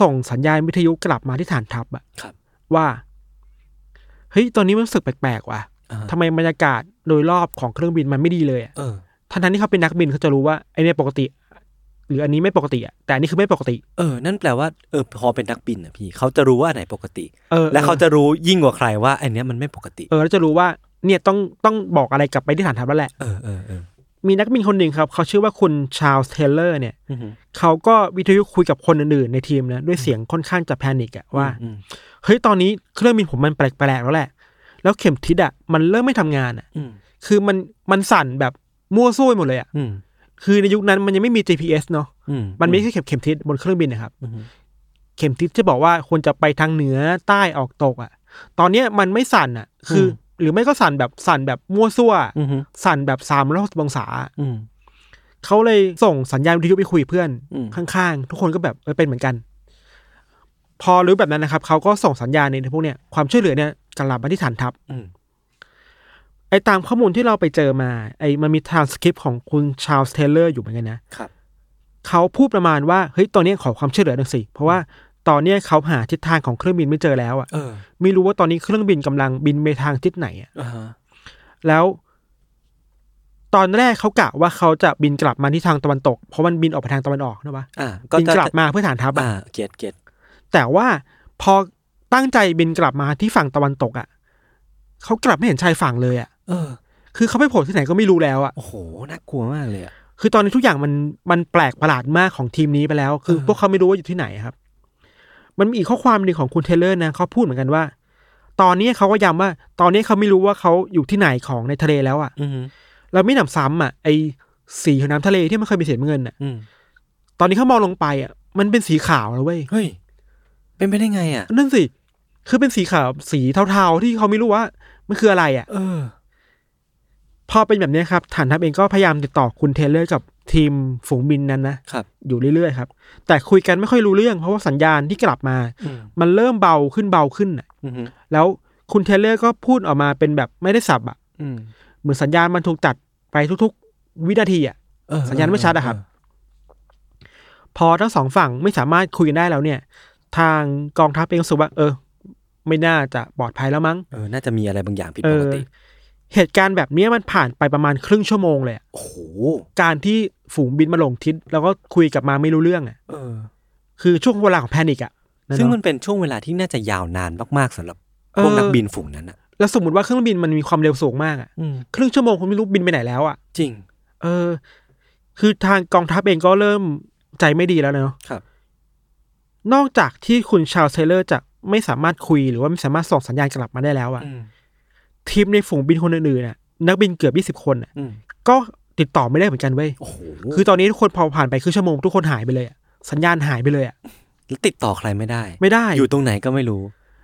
[SPEAKER 3] ส่งสัญญาณวิทยุกลับมาที่ฐานทัพอะ
[SPEAKER 2] ครับ
[SPEAKER 3] ว่า เฮ้ย ตอนนี้มันรู้สึกแปลกๆว่ะ
[SPEAKER 2] อ่าฮะ
[SPEAKER 3] ทำไมบรรยากาศโดยรอบของเครื่องบินมันไม่ดีเลยอะ
[SPEAKER 2] เออ
[SPEAKER 3] ทั้งนั้นที่เขาเป็นนักบินเขาจะรู้ว่าไอเนี่ยปกติ หรืออันนี้ไม่ปกติอะแต่อันนี้คือไม่ปกติ
[SPEAKER 2] เออ นั่นแปลว่าเออพอเป็นนักบินอ่ะพี่เขาจะรู้ว่าอันไหนปกติ
[SPEAKER 3] เออ
[SPEAKER 2] และเขาจะรู้ยิ่งกว่าใครว่าอันเนี้ยมันไม่ปกติ
[SPEAKER 3] เออแล้วจะรู้ว่า เนี่ยต้องต้องบอกอะไรกลับไปที่ฐานทัพแล้วแหละ
[SPEAKER 2] เออเออเออ
[SPEAKER 3] มีนักบินคนหนึ่งครับ เขาชื่อว่าคุณชาลส์เทเลอร์เนี่ย
[SPEAKER 2] อือฮึ
[SPEAKER 3] เขาก็วิทยุคุยกับคนอื่นๆในทีมนะด้วยเสียงค่อนข้างจะแพนิกอะว่า
[SPEAKER 2] อืม
[SPEAKER 3] เฮ้ยตอนนี้เครื่องบินผมมันแปลกๆแล้วแหละ แล้วเข็มทิศอะมันเริ่มไม่ทำงานอะ
[SPEAKER 2] อืม
[SPEAKER 3] คือมันมันสั่นแบบมั่วซั่วไปหมดเลยอะ
[SPEAKER 2] อืม
[SPEAKER 3] คือในยุคนั้นมันยังไม่มี GPS เนาะ
[SPEAKER 2] อืม
[SPEAKER 3] มันมีแค่เข็มเข็มทิศบนเครื่องบินนะครับ
[SPEAKER 2] อือฮึ
[SPEAKER 3] เข็มทิศจะบอกว่าควรจะไปทางเหนือใต้ออกตกอะตอนเนี้ยมันไม่สั่นอะคืออหรือไม่ก็สั่นแบบสั่นแบบมั่วซั่ว
[SPEAKER 2] อืม
[SPEAKER 3] สั่นแบบสามร้อยองศา
[SPEAKER 2] อืม
[SPEAKER 3] เขาเลยส่งสัญญาณวิทยุไปคุยกับเพื่อน
[SPEAKER 2] อืม
[SPEAKER 3] ข้างๆ ทุกคนก็แบบเออเป็นเหมือนกัน พอรู้แบบนั้นนะครับ เขาก็ส่งสัญญาณในพวกเนี้ยความช่วยเหลือเนี่ยกลับมาที่ฐานทัพ
[SPEAKER 2] อืม
[SPEAKER 3] ไอ้ตามข้อมูลที่เราไปเจอมา ไอ้มันมีทรานสคริปต์ของคุณชาลส์เทเลอร์อยู่เหมือนกันนะครับ เขาพูดประมาณว่าเฮ้ยตอนเนี้ยขอความช่วยเหลือหน่อยสิ เพราะว่าตอนเนี้ยเขาหาทิศทางของเครื่องบินไม่เจอแล้วอ่ะ
[SPEAKER 2] เออ
[SPEAKER 3] ไม่รู้ว่าตอนนี้เครื่องบินกำลังบินไปทางทิศไหนอ่ะ
[SPEAKER 2] อ่าฮะ
[SPEAKER 3] แล้ว ตอนแรกเขากะว่าเขาจะบินกลับมาที่ทางตะวันตก เพราะมันบินออกไปทางตะวันออกนะวะ
[SPEAKER 2] อ่ะก็
[SPEAKER 3] บิน
[SPEAKER 2] จะ
[SPEAKER 3] กลับมาเพื่อฐานทัพ
[SPEAKER 2] อ่า
[SPEAKER 3] อะ
[SPEAKER 2] เกียรติเกียรติ
[SPEAKER 3] แต่ว่าพอตั้งใจบินกลับมาที่ฝั่งตะวันตกอ่ะเขากลับไม่เห็นชายฝั่งเลยอ่ะ
[SPEAKER 2] เออ
[SPEAKER 3] คือเขาไปโผล่ที่ไหนก็ไม่รู้แล้วอะ
[SPEAKER 2] โอ้โหน่ากลัวมากเลยอะ
[SPEAKER 3] คือตอนนี้ทุกอย่างมันมันแปลกประหลาดมากของทีมนี้ไปแล้ว คือ
[SPEAKER 2] เออ
[SPEAKER 3] พวกเขาไม่รู้ว่าอยู่ที่ไหนครับ มันมีอีกข้อความหนึ่งของคุณเทเลอร์นะเขาพูดเหมือนกันว่า ตอนนี้เขาก็ย้ำว่า ตอนนี้เขาไม่รู้ว่าเขาอยู่ที่ไหนของในทะเลแล้วอะ่ะ
[SPEAKER 2] อืม
[SPEAKER 3] เราไม่หนำซ้ำอ่ะไอสีของน้ำทะเลที่มันเคยเป็นสีน้ำเงินอ่ะ
[SPEAKER 2] อืม
[SPEAKER 3] ตอนนี้เขามองลงไปอ่ะ มันเป็นสีขาวแล้วเว้ย
[SPEAKER 2] เฮ้ย เป็นไปได้ไงอ่ะ
[SPEAKER 3] นั่นสิคือเป็นสีขาวสีเทาๆที่เขาไม่รู้ว่ามันคืออะไรอ่ะ
[SPEAKER 2] เออ
[SPEAKER 3] พอเป็นแบบเนี้ยครับฐานทัพเองก็พยายามติดต่อคุณเทเลอร์กับทีมฝูงบินนั้นนะ
[SPEAKER 2] ครับ
[SPEAKER 3] อยู่เรื่อยๆครับ แต่คุยกันไม่ค่อยรู้เรื่องเพราะว่าสัญญาณที่กลับมา
[SPEAKER 2] อืม
[SPEAKER 3] มันเริ่มเบาขึ้นเบาขึ้นน่ะ
[SPEAKER 2] อืม
[SPEAKER 3] แล้วคุณเทเลอร์ก็พูดออกมาเป็นแบบไม่ได้สับอ่ะ
[SPEAKER 2] อืม
[SPEAKER 3] เหมือนสัญญาณมันถูกตัดไปทุกๆ วินาทีอ่ะ
[SPEAKER 2] เออ
[SPEAKER 3] สัญญาณไม่ชัดอะครับ
[SPEAKER 2] เ
[SPEAKER 3] พอทั้งสองฝั่งไม่สามารถคุยกันได้แล้วเนี่ย ทางกองทัพเองก็รู้สึกว่าเออ ไม่น่าจะปลอดภัยแล้วมั้ง
[SPEAKER 2] เออ น่าจะมีอะไรบางอย่างผิด
[SPEAKER 3] เอ
[SPEAKER 2] ป
[SPEAKER 3] อก
[SPEAKER 2] ติ
[SPEAKER 3] เหตุการณ์แบบเนี้ยมันผ่านไปประมาณครึ่งชั่วโมงเลยอะ
[SPEAKER 2] โอ้โห
[SPEAKER 3] การที่ฝูงบินมาหลงทิศแล้วก็คุยกลับมาไม่รู้เรื่องอ่ะ
[SPEAKER 2] เออ
[SPEAKER 3] คือช่วงเวลาของแพนิกอ่ะะเอะ
[SPEAKER 2] ซึ่งมันเป็นช่วงเวลาที่น่าจะยาวนานมากๆสำหรับพวก
[SPEAKER 3] เออ
[SPEAKER 2] นักบินฝูงนั้นอ่ะ
[SPEAKER 3] แล้วสมมติว่าเครื่องบินมันมีความเร็วสูงมากอะ
[SPEAKER 2] อืม
[SPEAKER 3] ครึ่งชั่วโมงคุณไม่รู้บินไปไหนแล้วอะ
[SPEAKER 2] จริง
[SPEAKER 3] เออ คือทางกองทัพเองก็เริ่มใจไม่ดีแล้วเนาะ
[SPEAKER 2] ครับ
[SPEAKER 3] นอกจากที่คุณชาลส์เทเลอร์จะไม่สามารถคุยหรือว่าไม่สามารถส่งสัญญาณกลับมาได้แล้วอะ
[SPEAKER 2] อืม
[SPEAKER 3] ทีมในฝูงบินคนอื่นๆน่ะ นักบินเกือบยี่สิบ20 คนน่ะ
[SPEAKER 2] อืม
[SPEAKER 3] ก็ติดต่อไม่ได้เหมือนกันเว้ย
[SPEAKER 2] โอ้โห
[SPEAKER 3] คือตอนนี้ทุกคนพอผ่านไปครึ่งชั่วโมงทุกคนหายไปเลยอะสัญญาณหายไปเลยอะ
[SPEAKER 2] แล้วติดต่อใครไม่ได้
[SPEAKER 3] ไม่ได้
[SPEAKER 2] อยู่ตรงไหนก็ไม่รู้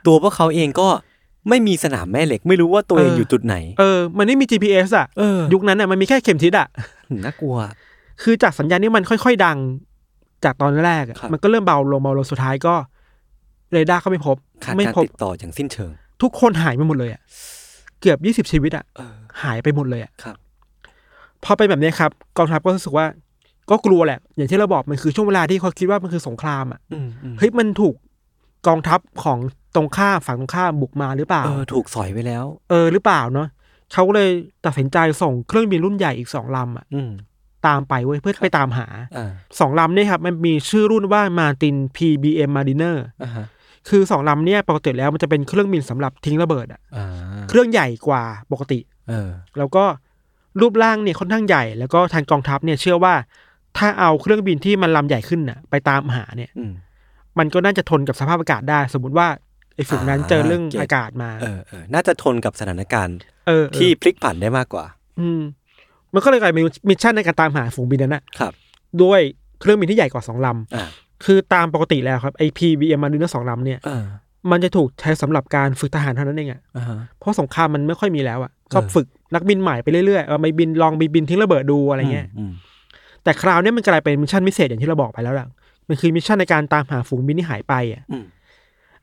[SPEAKER 2] ตัวพวกเขาเองก็ไม่มีสนามแม่เหล็ก ไม่รู้ว่าตัวเอง
[SPEAKER 3] เออ
[SPEAKER 2] อ
[SPEAKER 3] อ
[SPEAKER 2] ยู่จุดไหน
[SPEAKER 3] เออ มันไม่มี GPS อะ
[SPEAKER 2] เออ
[SPEAKER 3] ยุคนั้นอะมันมีแค่เข็มทิศอะ
[SPEAKER 2] น่ากลัว
[SPEAKER 3] คือจากสัญญาณนี้มันค่อยๆดังจากตอนแรกอะ
[SPEAKER 2] ครับ
[SPEAKER 3] มันก็เริ่มเบาลงเบาลงสุดท้ายก็เรดาร์ก็ไม่พบ
[SPEAKER 2] ขาด
[SPEAKER 3] ไม่
[SPEAKER 2] การ
[SPEAKER 3] พบ
[SPEAKER 2] ติดต่ออย่างสิ้นเชิง
[SPEAKER 3] ทุกคนหายไปหมดเลยอะเกือบยี่สิบชีวิตอะ
[SPEAKER 2] เออ
[SPEAKER 3] หายไปหมดเลยอะ
[SPEAKER 2] ครับ
[SPEAKER 3] พอไปนแบบนี้ครับกองทัพก็รู้สึกว่า ก็กลัวแหละ อย่างที่เราบอกมันคือช่วงเวลาที่เขาคิดว่ามันคือสงครามอะ
[SPEAKER 2] อืมอืม
[SPEAKER 3] เฮ้ยมันถูกกองทัพของตรงข้ามฝั่งตรงข้ามบุกมาหรือเปล่า
[SPEAKER 2] เออ ถูกสอยไปแล้ว
[SPEAKER 3] เออหรือเปล่าเนาะเขาก็เลยตัดสินใจส่งเครื่องบินรุ่นใหญ่อีกสองลำอะ
[SPEAKER 2] อืม
[SPEAKER 3] ตามไปเว้ยเพื่อไปตามหา
[SPEAKER 2] อ่า
[SPEAKER 3] สองลำเนี่ยครับมันมีชื่อรุ่นว่า Martin PBM Mariner
[SPEAKER 2] อ่าฮะ
[SPEAKER 3] คือสองลำเนี่ยปกติแล้วมันจะเป็นเครื่องบินสำหรับทิ้งระเบิดอะ
[SPEAKER 2] อ่า
[SPEAKER 3] เครื่องใหญ่กว่าปกติ
[SPEAKER 2] เออ
[SPEAKER 3] แล้วก็รูปร่างเนี่ยค่อนข้างใหญ่ แล้วก็ทางกองทัพเนี่ยเชื่อว่า ถ้าเอาเครื่องบินที่มันลำใหญ่ขึ้นน่ะไปตามหาเนี่ย
[SPEAKER 2] อืม
[SPEAKER 3] มันก็น่าจะทนกับสภาพอากาศได้ สมมติว่าไอ้ฝูงนั้น
[SPEAKER 2] อ่า
[SPEAKER 3] เจอเรื่อง
[SPEAKER 2] เก็ต
[SPEAKER 3] อากาศมา
[SPEAKER 2] เออเออน่าจะทนกับสถานการณ์
[SPEAKER 3] เออเออ
[SPEAKER 2] ที่พลิกผันได้มากกว่า
[SPEAKER 3] อืมมันก็เลยกลายเป็นมิชชั่นในการตามหาฝูงบินนั้นนะครับ ด้วยเครื่องบินที่ใหญ่กว่าสองล
[SPEAKER 2] อ่า
[SPEAKER 3] ำคือตามปกติแล้วครับไอ PBM Mariner สองลำเนี่ย
[SPEAKER 2] เออ
[SPEAKER 3] มันจะถูกใช้สำหรับการฝึกทหารเท่านั้นเองอะ
[SPEAKER 2] อ่าฮะ
[SPEAKER 3] เพราะสงครามมันไม่ค่อยมีแล้วอะก็
[SPEAKER 2] เออ
[SPEAKER 3] ฝึกนักบินใหม่ไปเรื่อยๆเออไปบินลองไปบินทิ้งระเบิดดูอะไรเงี้ย
[SPEAKER 2] อืม
[SPEAKER 3] แต่คราวเนี้ยมันกลายเป็นมิชชั่นพิเศษอย่างที่เราบอกไปแล้วล่ะ มันคือมิชชั่นในการตามหาฝูงบินที่หายไปอะ
[SPEAKER 2] อืม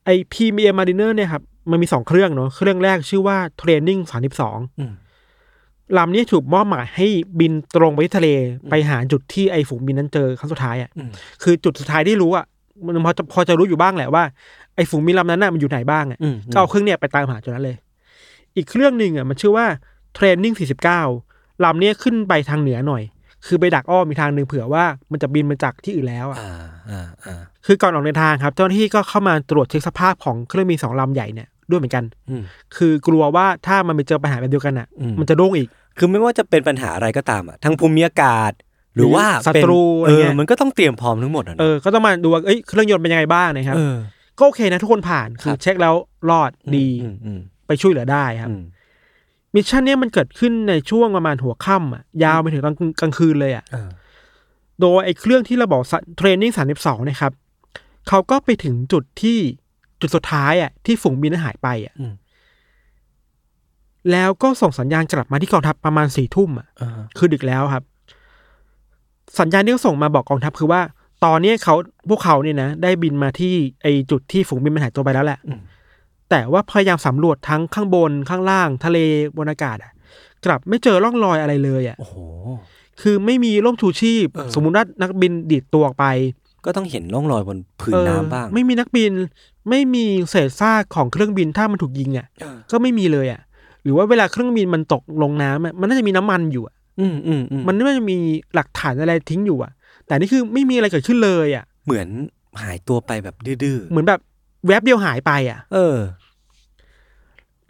[SPEAKER 3] ไอพีเมียมาริเนอร์เนี่ยครับ มันมีสองเครื่องเนาะ เครื่องแรกชื่อว่าเทรนนิ่งสามสิบสอง
[SPEAKER 2] อืม
[SPEAKER 3] ลำเนี้ถูกมอบหมายให้บินตรงไปที่ทะเลไปหาจุดที่ไอฝูงบินนั้นเจอครั้งสุดท้ายอะ
[SPEAKER 2] อืม
[SPEAKER 3] คือจุดสุดท้ายที่รู้อะมันพอจะพอจะรู้อยู่บ้างแหละว่าไอฝูงบินลำนั้นน่ะมันอยู่ไหนบ้างอะ
[SPEAKER 2] อืม
[SPEAKER 3] ก็เอาเครื่องเนี่ยไปตามหาจนนั้นเลย อีกเครื่องหนึ่งอ่ะมันชื่อว่าเทรนนิ่ง49ลำเนี้ยขึ้นไปทางเหนือหน่อย คือไปดักอ้อมอีกทางหนึ่งเผื่อว่ามันจะบินมาจากที่อื่นแล้วอ่ะ
[SPEAKER 2] อ่าอ่าอ่า
[SPEAKER 3] คือก่อนออกเดินทางครับ เจ้าหน้าที่ก็เข้ามาตรวจเช็คสภาพของเครื่องบินสองลำใหญ่เนี่ยด้วยเหมือนกัน
[SPEAKER 2] อืม
[SPEAKER 3] คือกลัวว่าถ้ามันไปเจอปัญหาแบบเดียวกันอ่ะ
[SPEAKER 2] อืม
[SPEAKER 3] มันจะโด่งอีก
[SPEAKER 2] คือไม่ว่าจะเป็นปัญหาอะไรก็ตามอ่ะทั้งภูมิอากาศ หรือว่า
[SPEAKER 3] ศัตรู
[SPEAKER 2] เป็น
[SPEAKER 3] อะไร
[SPEAKER 2] เอ
[SPEAKER 3] เงี้
[SPEAKER 2] อย มันก็ต้องเตรียมพร้อมทั้งหมดอ่ะ
[SPEAKER 3] เอ
[SPEAKER 2] เนอะ
[SPEAKER 3] อ ก็ต้องมาดูว่าเอ้ยเครื่องยนต์เป็นยังไงบ้างนะครับ
[SPEAKER 2] เออ
[SPEAKER 3] ก็โอเคนะทุกคนผ่าน คื
[SPEAKER 2] ค
[SPEAKER 3] อ
[SPEAKER 2] รับ
[SPEAKER 3] เช็คแล้วรอดดี
[SPEAKER 2] อืมอืม
[SPEAKER 3] ไปช่วยเหลือได้ครับ
[SPEAKER 2] อืม
[SPEAKER 3] มิชชั่นเนี้ยมันเกิดขึ้นในช่วงประมาณหัวค่ำอ่ะ ยาวไปถึงตอนกลางคืนเลยอ่ะ
[SPEAKER 2] เออ
[SPEAKER 3] โดยไอ้เครื่องที่เราบอกเทรนนิ่งสามสิบสองนะครับเขาก็ไปถึงจุดที่จุดสุดท้ายอ่ะที่ฝูงบินหายไปอ่ะ
[SPEAKER 2] อืม
[SPEAKER 3] แล้วก็ส่งสัญญาณกลับมาที่กองทัพประมาณสี่ทุ่มอ่ะ
[SPEAKER 2] อ่าฮะ
[SPEAKER 3] คือดึกแล้วครับ สัญญาณที่เขาส่งมาบอกกองทัพคือว่า ตอนเนี้ยเขาพวกเขาเนี่ยนะได้บินมาที่ไอ้จุดที่ฝูงบินมันหายตัวไปแล้วแหละ
[SPEAKER 2] อืม
[SPEAKER 3] แต่ว่าพยายามสำรวจทั้งข้างบนข้างล่าง ทะเลบนอากาศอ่ะ กลับไม่เจอร่องรอยอะไรเลยอ่ะ
[SPEAKER 2] โอ้โห
[SPEAKER 3] คือไม่มีร่มชูชีพ
[SPEAKER 2] เออ
[SPEAKER 3] สมมุติว่านักบินดีดตัวออกไป
[SPEAKER 2] ก็ต้องเห็นร่องรอยบนผืน
[SPEAKER 3] เออ
[SPEAKER 2] น้ำบ้าง
[SPEAKER 3] ไม่มีนักบิน ไม่มีเศษซากของเครื่องบินถ้ามันถูกยิงอ่ะ
[SPEAKER 2] เออ
[SPEAKER 3] ก็ไม่มีเลยอ่ะ หรือว่าเวลาเครื่องบินมันตกลงน้ำอะมันน่าจะมีน้ำมันอยู่อะ
[SPEAKER 2] อืมอืมอืม
[SPEAKER 3] มันน่าจะมีหลักฐานอะไรทิ้งอยู่อ่ะ แต่นี่คือไม่มีอะไรเกิดขึ้นเลยอ่ะ
[SPEAKER 2] เหมือนหายตัวไปแบบดื้อ
[SPEAKER 3] เหมือนแบบแวบเดียวหายไปอ่ะ
[SPEAKER 2] ๆเออ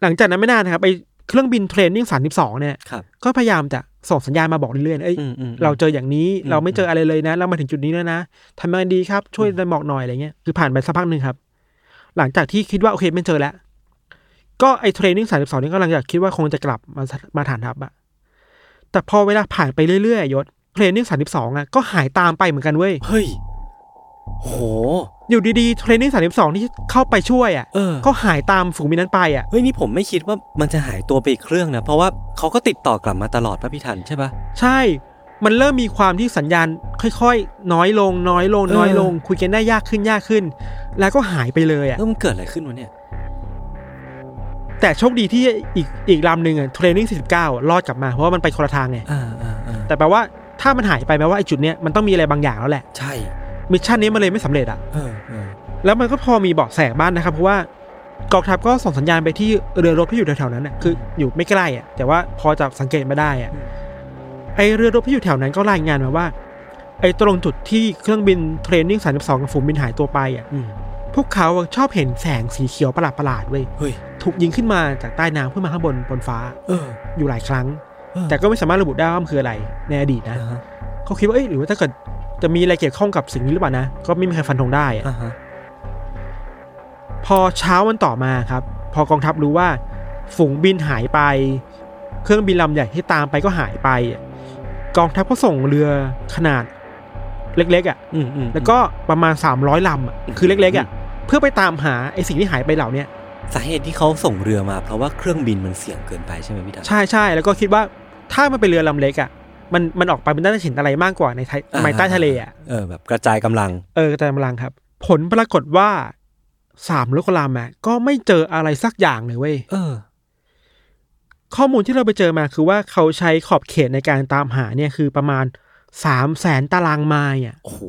[SPEAKER 3] หลังจากนั้นไม่นานนะครับไอ เครื่องบินเทรนนิ่งสามสิบสองเนี่ย
[SPEAKER 2] ครับ
[SPEAKER 3] ก็พยายามจะส่งสัญญาณมาบอกเรื่อยๆเอ้ย
[SPEAKER 2] อืมอืม
[SPEAKER 3] เราเจออย่างนี้
[SPEAKER 2] อืม
[SPEAKER 3] เราไม่เจออะไรเลยนะ เรามาถึงจุดนี้แล้วนะทำยังไงดีครับ ช่วยดันบอกหน่อยอะไรเงี้ยคือผ่านไปสักพักหนึ่งครับ หลังจากที่คิดว่าโอเคไม่เจอแล้ว ก็ไอ้เทรนนิ่งสามสิบสองนี่ก็หลังจากคิดว่าคงจะกลับมามาฐานทัพอะแต่พอเวลาผ่านไปเรื่อยๆยศเทรนนิ่งสามสิบสองอะก็หายตามไปเหมือนกันเว้ย
[SPEAKER 2] เฮ้ยโห
[SPEAKER 3] อยู่ดีๆเทรนนิ่งสามสิบสองที่เข้าไปช่วยอะ
[SPEAKER 2] เออ
[SPEAKER 3] ก็หายตามฝูงบินนั้นไปอะ
[SPEAKER 2] เฮ้ยนี่ผมไม่คิดว่ามันจะหายตัวไปอีกเครื่องนะ เพราะว่าเขาก็ติดต่อกลับมาตลอดป่ะพี่ทันใช่ป่ะ
[SPEAKER 3] ใช่ มันเริ่มมีความที่สัญญาณค่อยๆ น้อยลง น้อยลง น้อยลง คุยกันได้ยากขึ้นยากขึ้น แล้วก็หายไปเลยอะ
[SPEAKER 2] เออมันเกิดอะไรขึ้นวะเนี่ย
[SPEAKER 3] แต่โชคดีที่อีกอีกลำหนึ่งอะเทรนนิ่ง49 รอดกลับมา เพราะว่ามันไปคนละทางไง
[SPEAKER 2] อ่าอ่าอ่า
[SPEAKER 3] แต่แปลว่าถ้ามันหายไปแปลว่าไอ้จุดเนี้ยมันต้องมีอะไรบางอย่างแล้วแหละ
[SPEAKER 2] ใช่
[SPEAKER 3] มิชชั่นนี้มันเลยไม่สำเร็จอะ
[SPEAKER 2] เออเออ
[SPEAKER 3] แล้วมันก็พอมีเบาะแสบ้างนะครับ เพราะว่ากองทัพก็ส่งสัญญาณไปที่เรือรบที่อยู่แถวๆนั้นอะคืออยู่ไม่ใกล้อะแต่ว่าพอจะสังเกตมาได้อะไอเรือรบที่อยู่แถวนั้นก็รายงานมาว่า ไอตรงจุดที่เครื่องบินเทรนนิ่ง32กับฝูงบินหายตัวไปอะ
[SPEAKER 2] อืม
[SPEAKER 3] พวกเขาอะชอบเห็นแสงสีเขียวประหลาดๆเว้ย
[SPEAKER 2] เฮ้ย
[SPEAKER 3] ถูกยิงขึ้นมาจากใต้น้ำขึ้นมาข้างบนบนฟ้า
[SPEAKER 2] เออ
[SPEAKER 3] อยู่หลายครั้ง
[SPEAKER 2] เออ
[SPEAKER 3] แต่ก็ไม่สามารถระบุได้ว่ามันคืออะไรในอดีตนะ
[SPEAKER 2] อ่าฮะ
[SPEAKER 3] เขาคิดว่าเอ้ยหรือว่าถ้าเกิดจะมีอะไรเกี่ยวข้องกับสิ่งนี้หรือเปล่านะ ก็ไม่มีใครฟันธงได้อะ
[SPEAKER 2] อ่าฮะ
[SPEAKER 3] พอเช้าวันต่อมาครับ พอกองทัพรู้ว่า ฝูงบินหายไป เครื่องบินลำใหญ่ที่ตามไปก็หายไปอะกองทัพก็ส่งเรือขนาดเล็กๆอ่ะ
[SPEAKER 2] อืมอืม
[SPEAKER 3] แล้วก็ประมาณ 300ลำอ่ะคือเล็กๆอ่ะเพื่อไปตามหาไอ้สิ่งที่หายไปเหล่าเนี้ย
[SPEAKER 2] สาเหตุที่เขาส่งเรือมา เพราะว่าเครื่องบินมันเสี่ยงเกินไปใช่ไหมพี่ทัน
[SPEAKER 3] ใช่ใช่แล้วก็คิดว่าถ้ามันเป็นเรือลำเล็กอ่ะมันมันออกไปมันน่าจะเห็นอะไรมากกว่าในไทย
[SPEAKER 2] อ่า
[SPEAKER 3] ไมใต้ทะเลอ่ะ
[SPEAKER 2] เออแบบกระจายกำลัง
[SPEAKER 3] เออกระจายกำลังครับ ผลปรากฏว่าสามลูกกระลามอะก็ไม่เจออะไรสักอย่างเลยเว้ย
[SPEAKER 2] เออ
[SPEAKER 3] ข้อมูลที่เราไปเจอมาคือว่าเขาใช้ขอบเขตในการตามหาเนี่ยคือประมาณสามแสนตารางไมล์อ่ะ
[SPEAKER 2] โอ้โห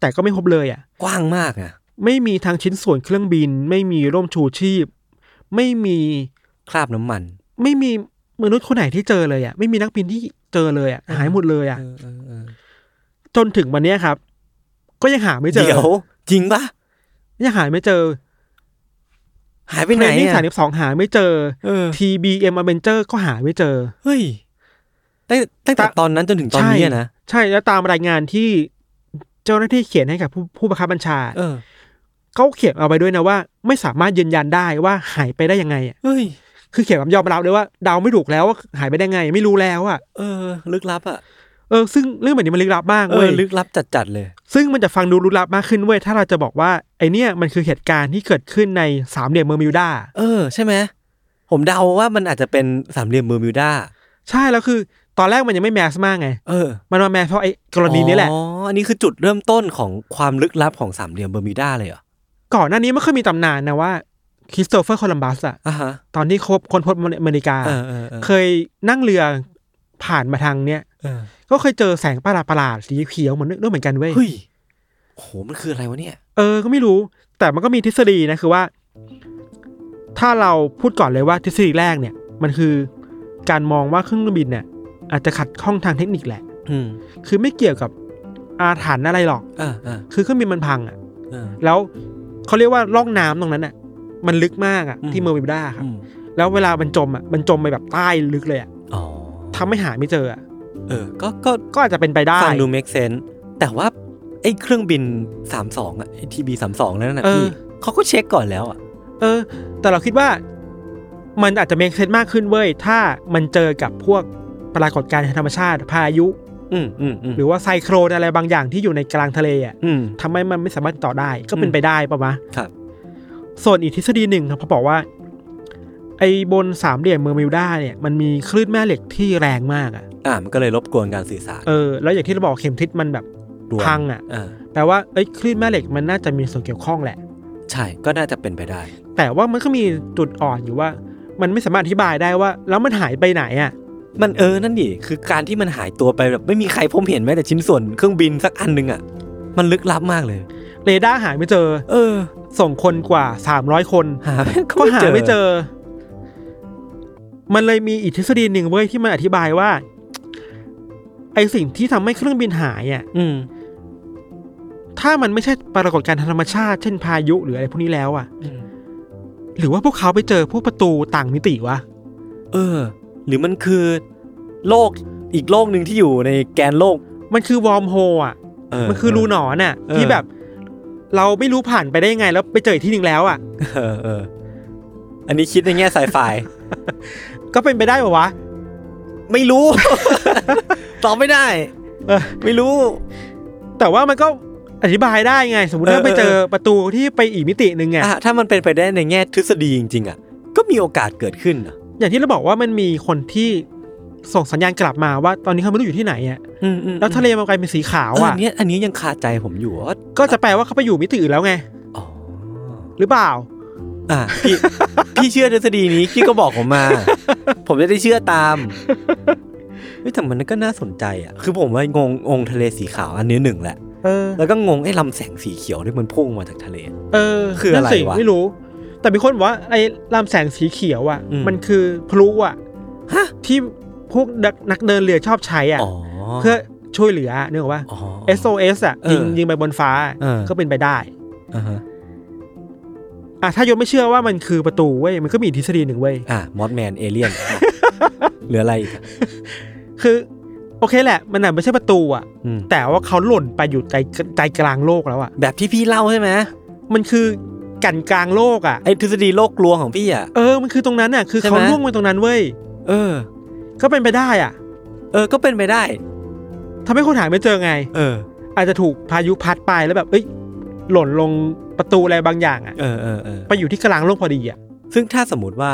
[SPEAKER 3] แต่ก็ไม่พบเลยอ่ะ
[SPEAKER 2] กว้างมากนะ
[SPEAKER 3] ไม่มีทางชิ้นส่วนเครื่องบิน ไม่มีร่มชูชีพ ไม่มี
[SPEAKER 2] คราบน้ำมัน
[SPEAKER 3] ไม่มีมนุษย์คนไหนที่เจอเลยอ่ะไม่มีนักบินที่เจอเลยอ่ะหายหมดเลยอ่ะ
[SPEAKER 2] เออเออเออ
[SPEAKER 3] จนถึงวันเนี้ยครับ ก็ยังหาไม่เจอ
[SPEAKER 2] เดี๋ยว จริงปะ
[SPEAKER 3] ยังหาไม่เจอ
[SPEAKER 2] หายไป
[SPEAKER 3] เท
[SPEAKER 2] ไห
[SPEAKER 3] ร
[SPEAKER 2] น
[SPEAKER 3] นนิ่ง
[SPEAKER 2] อะ
[SPEAKER 3] สามสิบสองหาไม่เจอ
[SPEAKER 2] เออ
[SPEAKER 3] TBM Avenger ก็หาไม่เจอ
[SPEAKER 2] เฮ้ยตั้งตั้งแต่ตอนนั้นจนถึงตอนนี้อะนะ
[SPEAKER 3] ใช่แล้วตามรายงานที่เจ้าหน้าที่เขียนให้กับผู้ผู้บังคับบัญชา
[SPEAKER 2] เออ
[SPEAKER 3] เขาเขียนเอาไปด้วยนะว่า ไม่สามารถยืนยันได้ว่าหายไปได้ยังไงอะ
[SPEAKER 2] เฮ้ย
[SPEAKER 3] คือเขียนแบบยอมรับเลยว่าเดาไม่ถูกแล้วว่าหายไปได้ไง ไม่รู้แล้วอ่ะ
[SPEAKER 2] เออ ลึกลับอะ
[SPEAKER 3] เออซึ่งเรื่องแบบนี้มันลึกลับมาก
[SPEAKER 2] เอ
[SPEAKER 3] เว้
[SPEAKER 2] อย ลึกลับจัดๆเลย
[SPEAKER 3] ซึ่งมันจะฟังดูลึกลับมากขึ้นเว้ยถ้าเราจะบอกว่าไอเนี่ยมันคือเหตุการณ์ที่เกิดขึ้นในสามเหลี่ยมเมอร์มิวดา
[SPEAKER 2] เออ ใช่ไหมผมเดาว่ามันอาจจะเป็นสามเหลี่ยมเบอร์มิวดา
[SPEAKER 3] ใช่แล้วคือ ตอนแรกมันยังไม่แมสมากไง
[SPEAKER 2] เออ
[SPEAKER 3] มันมาแมสเพราะไอกรณีนี้แหละ
[SPEAKER 2] อ๋ออันนี้คือจุดเริ่มต้นของความลึกลับของสามเหลี่ยมเบอร์มิวดาเลยเหรอ
[SPEAKER 3] ก่อนหน้านี้มันเคยมีตำนานนะว่าคริสโตเฟอร์โคลัมบัสอะ
[SPEAKER 2] อ่ะฮะ
[SPEAKER 3] ตอนที่คบคนพบอเมริกา
[SPEAKER 2] เออเออเออ
[SPEAKER 3] เคยนั่งเรือผ่านมาทางเนี้ย
[SPEAKER 2] เออ
[SPEAKER 3] ก็เคยเจอแสงประหลาดๆสีเขียวเหมือนด้วยเหมือนกันเว้ย
[SPEAKER 2] เฮ้ยโหมันคืออะไรวะเนี่ย
[SPEAKER 3] เออก็ไม่รู้ แต่มันก็มีทฤษฎีนะคือว่า ถ้าเราพูดก่อนเลยว่าทฤษฎีแรกเนี่ย มันคือการมองว่าเครื่องบินเนี่ยอาจจะขัดข้องทางเทคนิคแหละ
[SPEAKER 2] อืม
[SPEAKER 3] คือไม่เกี่ยวกับอาถรรพ์อะไรหรอก
[SPEAKER 2] อ่าอ่า
[SPEAKER 3] คือเครื่องบินมันพังอ่ะ
[SPEAKER 2] อ่า
[SPEAKER 3] แล้วเขาเรียกว่าร่องน้ำตรงนั้นอ่ะ มันลึกมากอ่ะ
[SPEAKER 2] อืม
[SPEAKER 3] ที่เมอร์วิวด้าครับ
[SPEAKER 2] อืม
[SPEAKER 3] แล้วเวลามันจมอ่ะมันจมไปแบบใต้ลึกเลยอ่ะ
[SPEAKER 2] อ๋อ
[SPEAKER 3] ทำให้หาไม่เจออ่ะ
[SPEAKER 2] เออ ก็ก็
[SPEAKER 3] ก็อาจจะเป็นไปได้
[SPEAKER 2] ฟังดู make sense แต่ว่าไอ้เครื่องบินสามสองอะทีบีสามสองนั่นนะ
[SPEAKER 3] เออ
[SPEAKER 2] พี่เขาก็เช็คก่อนแล้วอะ
[SPEAKER 3] เออ แต่เราคิดว่ามันอาจจะเมคเซนมากขึ้นเว้ย ถ้ามันเจอกับพวกปรากฏการณ์ทางธรรมชาติ พายุ
[SPEAKER 2] อืมอืมอืม
[SPEAKER 3] หรือว่าไซโครนอะไรบางอย่างที่อยู่ในกลางทะเลอ่ะ
[SPEAKER 2] อืม
[SPEAKER 3] ทำให้มันไม่สามารถติดต่อได้ ก็เป็
[SPEAKER 2] อื
[SPEAKER 3] น
[SPEAKER 2] ม
[SPEAKER 3] ไปได้ปะมะ
[SPEAKER 2] ครับ
[SPEAKER 3] ส่วนอีกทฤษฎีหนึ่งครับเขาบอกว่า ไอ้บนสามเหลี่ยมเมอร์มิวด้าเนี่ยมันมีคลื่นแม่เหล็กที่แรงมากอ่ะ
[SPEAKER 2] อ่ามันก็เลยรบกวนการสื่อสาร
[SPEAKER 3] เออแล้วอย่างที่เราบอกเข็มทิศมันแบบ
[SPEAKER 2] รวม
[SPEAKER 3] พังอะ
[SPEAKER 2] อ่า
[SPEAKER 3] แปลว่าเอ้ยคลื่นแม่เหล็กมันน่าจะมีส่วนเกี่ยวข้องแหละ
[SPEAKER 2] ใช่ก็น่าจะเป็นไปได้
[SPEAKER 3] แต่ว่ามันก็มีจุดอ่อนอยู่ว่า มันไม่สามารถอธิบายได้ว่า แล้วมันหายไปไหนอ่ะ
[SPEAKER 2] มันเออนั่นดิคือการที่มันหายตัวไปแบบไม่มีใครพบเห็นแม้แต่ชิ้นส่วนเครื่องบินสักอันหนึงอ่ะ มันลึกลับมากเลย
[SPEAKER 3] เรดาร์หาไม่เจอ
[SPEAKER 2] เออ
[SPEAKER 3] ส่งคนกว่าสามร้อยคน
[SPEAKER 2] หา
[SPEAKER 3] ก็หาไม่เจอ มันเลยมีอีกทฤษฎีหนึ่งเว้ยที่มันอธิบายว่า ไอสิ่งที่ทำให้เครื่องบินหายอ่ะ
[SPEAKER 2] อืม
[SPEAKER 3] ถ้ามันไม่ใช่ปรากฏการณ์ทางธรรมชาติ เช่นพายุหรืออะไรพวกนี้แล้วอ่ะ
[SPEAKER 2] อืม
[SPEAKER 3] หรือว่าพวกเขาไปเจอพวกประตูต่างมิติวะ
[SPEAKER 2] เออ หรือมันคือโลกอีกโลกหนึ่งที่อยู่ในแกนโลก
[SPEAKER 3] มันคือวอร์มโฮอ่ะ
[SPEAKER 2] เ
[SPEAKER 3] มันคือรูหนอนอ่ะ
[SPEAKER 2] เออ
[SPEAKER 3] ที่แบบ เราไม่รู้ผ่านไปได้ยังไง แล้วไปเจออีกที่หนึ่งแล้วอ่ะ
[SPEAKER 2] เออเออ อันนี้คิดในแง่สายไฟ
[SPEAKER 3] ก็เป็นไปได้ปะวะ
[SPEAKER 2] ไม่รู้ ตอบไม่ได้
[SPEAKER 3] เออ
[SPEAKER 2] ไม่รู้
[SPEAKER 3] แต่ว่ามันก็อธิบายได้ไง สมมติ
[SPEAKER 2] เออ
[SPEAKER 3] ถ้าไปเจ
[SPEAKER 2] เอ
[SPEAKER 3] อ
[SPEAKER 2] อเออ
[SPEAKER 3] ประตูที่ไปอีกมิติหนึ่งไง
[SPEAKER 2] อ่ะถ้ามันเป็นไปได้ในแง่ทฤษฎีจริงๆอ่ะก็มีโอกาสเกิดขึ้นนะ
[SPEAKER 3] อย่างที่เราบอกว่ามันมีคนที่ส่งสัญญาณกลับมาว่า ตอนนี้เขาไม่รู้อยู่ที่ไหนอ่ะ
[SPEAKER 2] อืมอืม
[SPEAKER 3] แล้วทะเลมันกลายเป็นสีขาว
[SPEAKER 2] เออ
[SPEAKER 3] อ่ะ
[SPEAKER 2] อันเนี้ยอันนี้ยังคาใจผมอยู่ว่า
[SPEAKER 3] ก็จะแปลว่าเขาไปอยู่มิติอื่นแล้วไง
[SPEAKER 2] อ๋อ
[SPEAKER 3] หรือเปล่า
[SPEAKER 2] อ่ะพี่ พี่เชื่อทฤษฎีนี้พี่ก็บอกผม มา ผมจะได้เชื่อต ามเฮ้ยแต่มันก็น่าสนใจอ่ะคือผมว่างงองค์ทะเลสีขาวอันนี้หนึ่งแหละ
[SPEAKER 3] เออ
[SPEAKER 2] แล้วก็งงไอ้ลำแสงสีเขียวที่มันพุ่งมาจากทะเล
[SPEAKER 3] เออ
[SPEAKER 2] คืออะไร
[SPEAKER 3] นั่นสิ
[SPEAKER 2] วะ
[SPEAKER 3] ไม่รู้ แต่มีคนบอกว่าไอ้ลำแสงสีเขียวอ่ะ
[SPEAKER 2] อืม
[SPEAKER 3] มันคือพลุอ่ะ
[SPEAKER 2] ฮะ
[SPEAKER 3] ที่พวกนักนักเดินเรือชอบใช้อ่ะ
[SPEAKER 2] อ๋อ
[SPEAKER 3] เพื่อช่วยเหลือเนื่องว่า
[SPEAKER 2] อ๋อ
[SPEAKER 3] SOS อ่ะ
[SPEAKER 2] เออ
[SPEAKER 3] ยิงยิงไปบนฟ้า
[SPEAKER 2] เออ
[SPEAKER 3] ก็เป็นไปได้
[SPEAKER 2] อ่าฮะ
[SPEAKER 3] อ่ะถ้ายศไม่เชื่อว่ามันคือประตูเว้ยมันก็มีอีกทฤษฎีหนึ่งเว้ย
[SPEAKER 2] อ่ะมอสแมนเอเลียนเหลืออะไรอีกอ่ะ
[SPEAKER 3] คือ โอเคแหละ มันอาจไม่ใช่ประตูอ่ะ
[SPEAKER 2] อืม
[SPEAKER 3] แต่ว่าเขาหล่นไปอยู่ใจใจกลางโลกแล้วอ่ะ
[SPEAKER 2] แบบที่พี่เล่าใช่ไหม
[SPEAKER 3] มันคือกันกลางโลกอ่ะ
[SPEAKER 2] ไอ้ทฤษฎีโลกลวงของพี่อ่ะ
[SPEAKER 3] เออมันคือตรงนั้นอ่ะ คือ
[SPEAKER 2] ใช่ไหม
[SPEAKER 3] เขาล่วงไปตรงนั้นเว้ย
[SPEAKER 2] เออ
[SPEAKER 3] ก็เป็นไปได้อ่ะ
[SPEAKER 2] เออ ก็เป็นไปได้
[SPEAKER 3] ทำให้คนหาไม่เจอไง
[SPEAKER 2] เออ
[SPEAKER 3] อาจจะถูกพายุพัดไปแล้วแบบ เอ้ย หล่นลงประตูอะไรบางอย่างอะ
[SPEAKER 2] เออเออเออ
[SPEAKER 3] ไปอยู่ที่กลางโลกพอดีอะ
[SPEAKER 2] ซึ่งถ้าสมมติว่า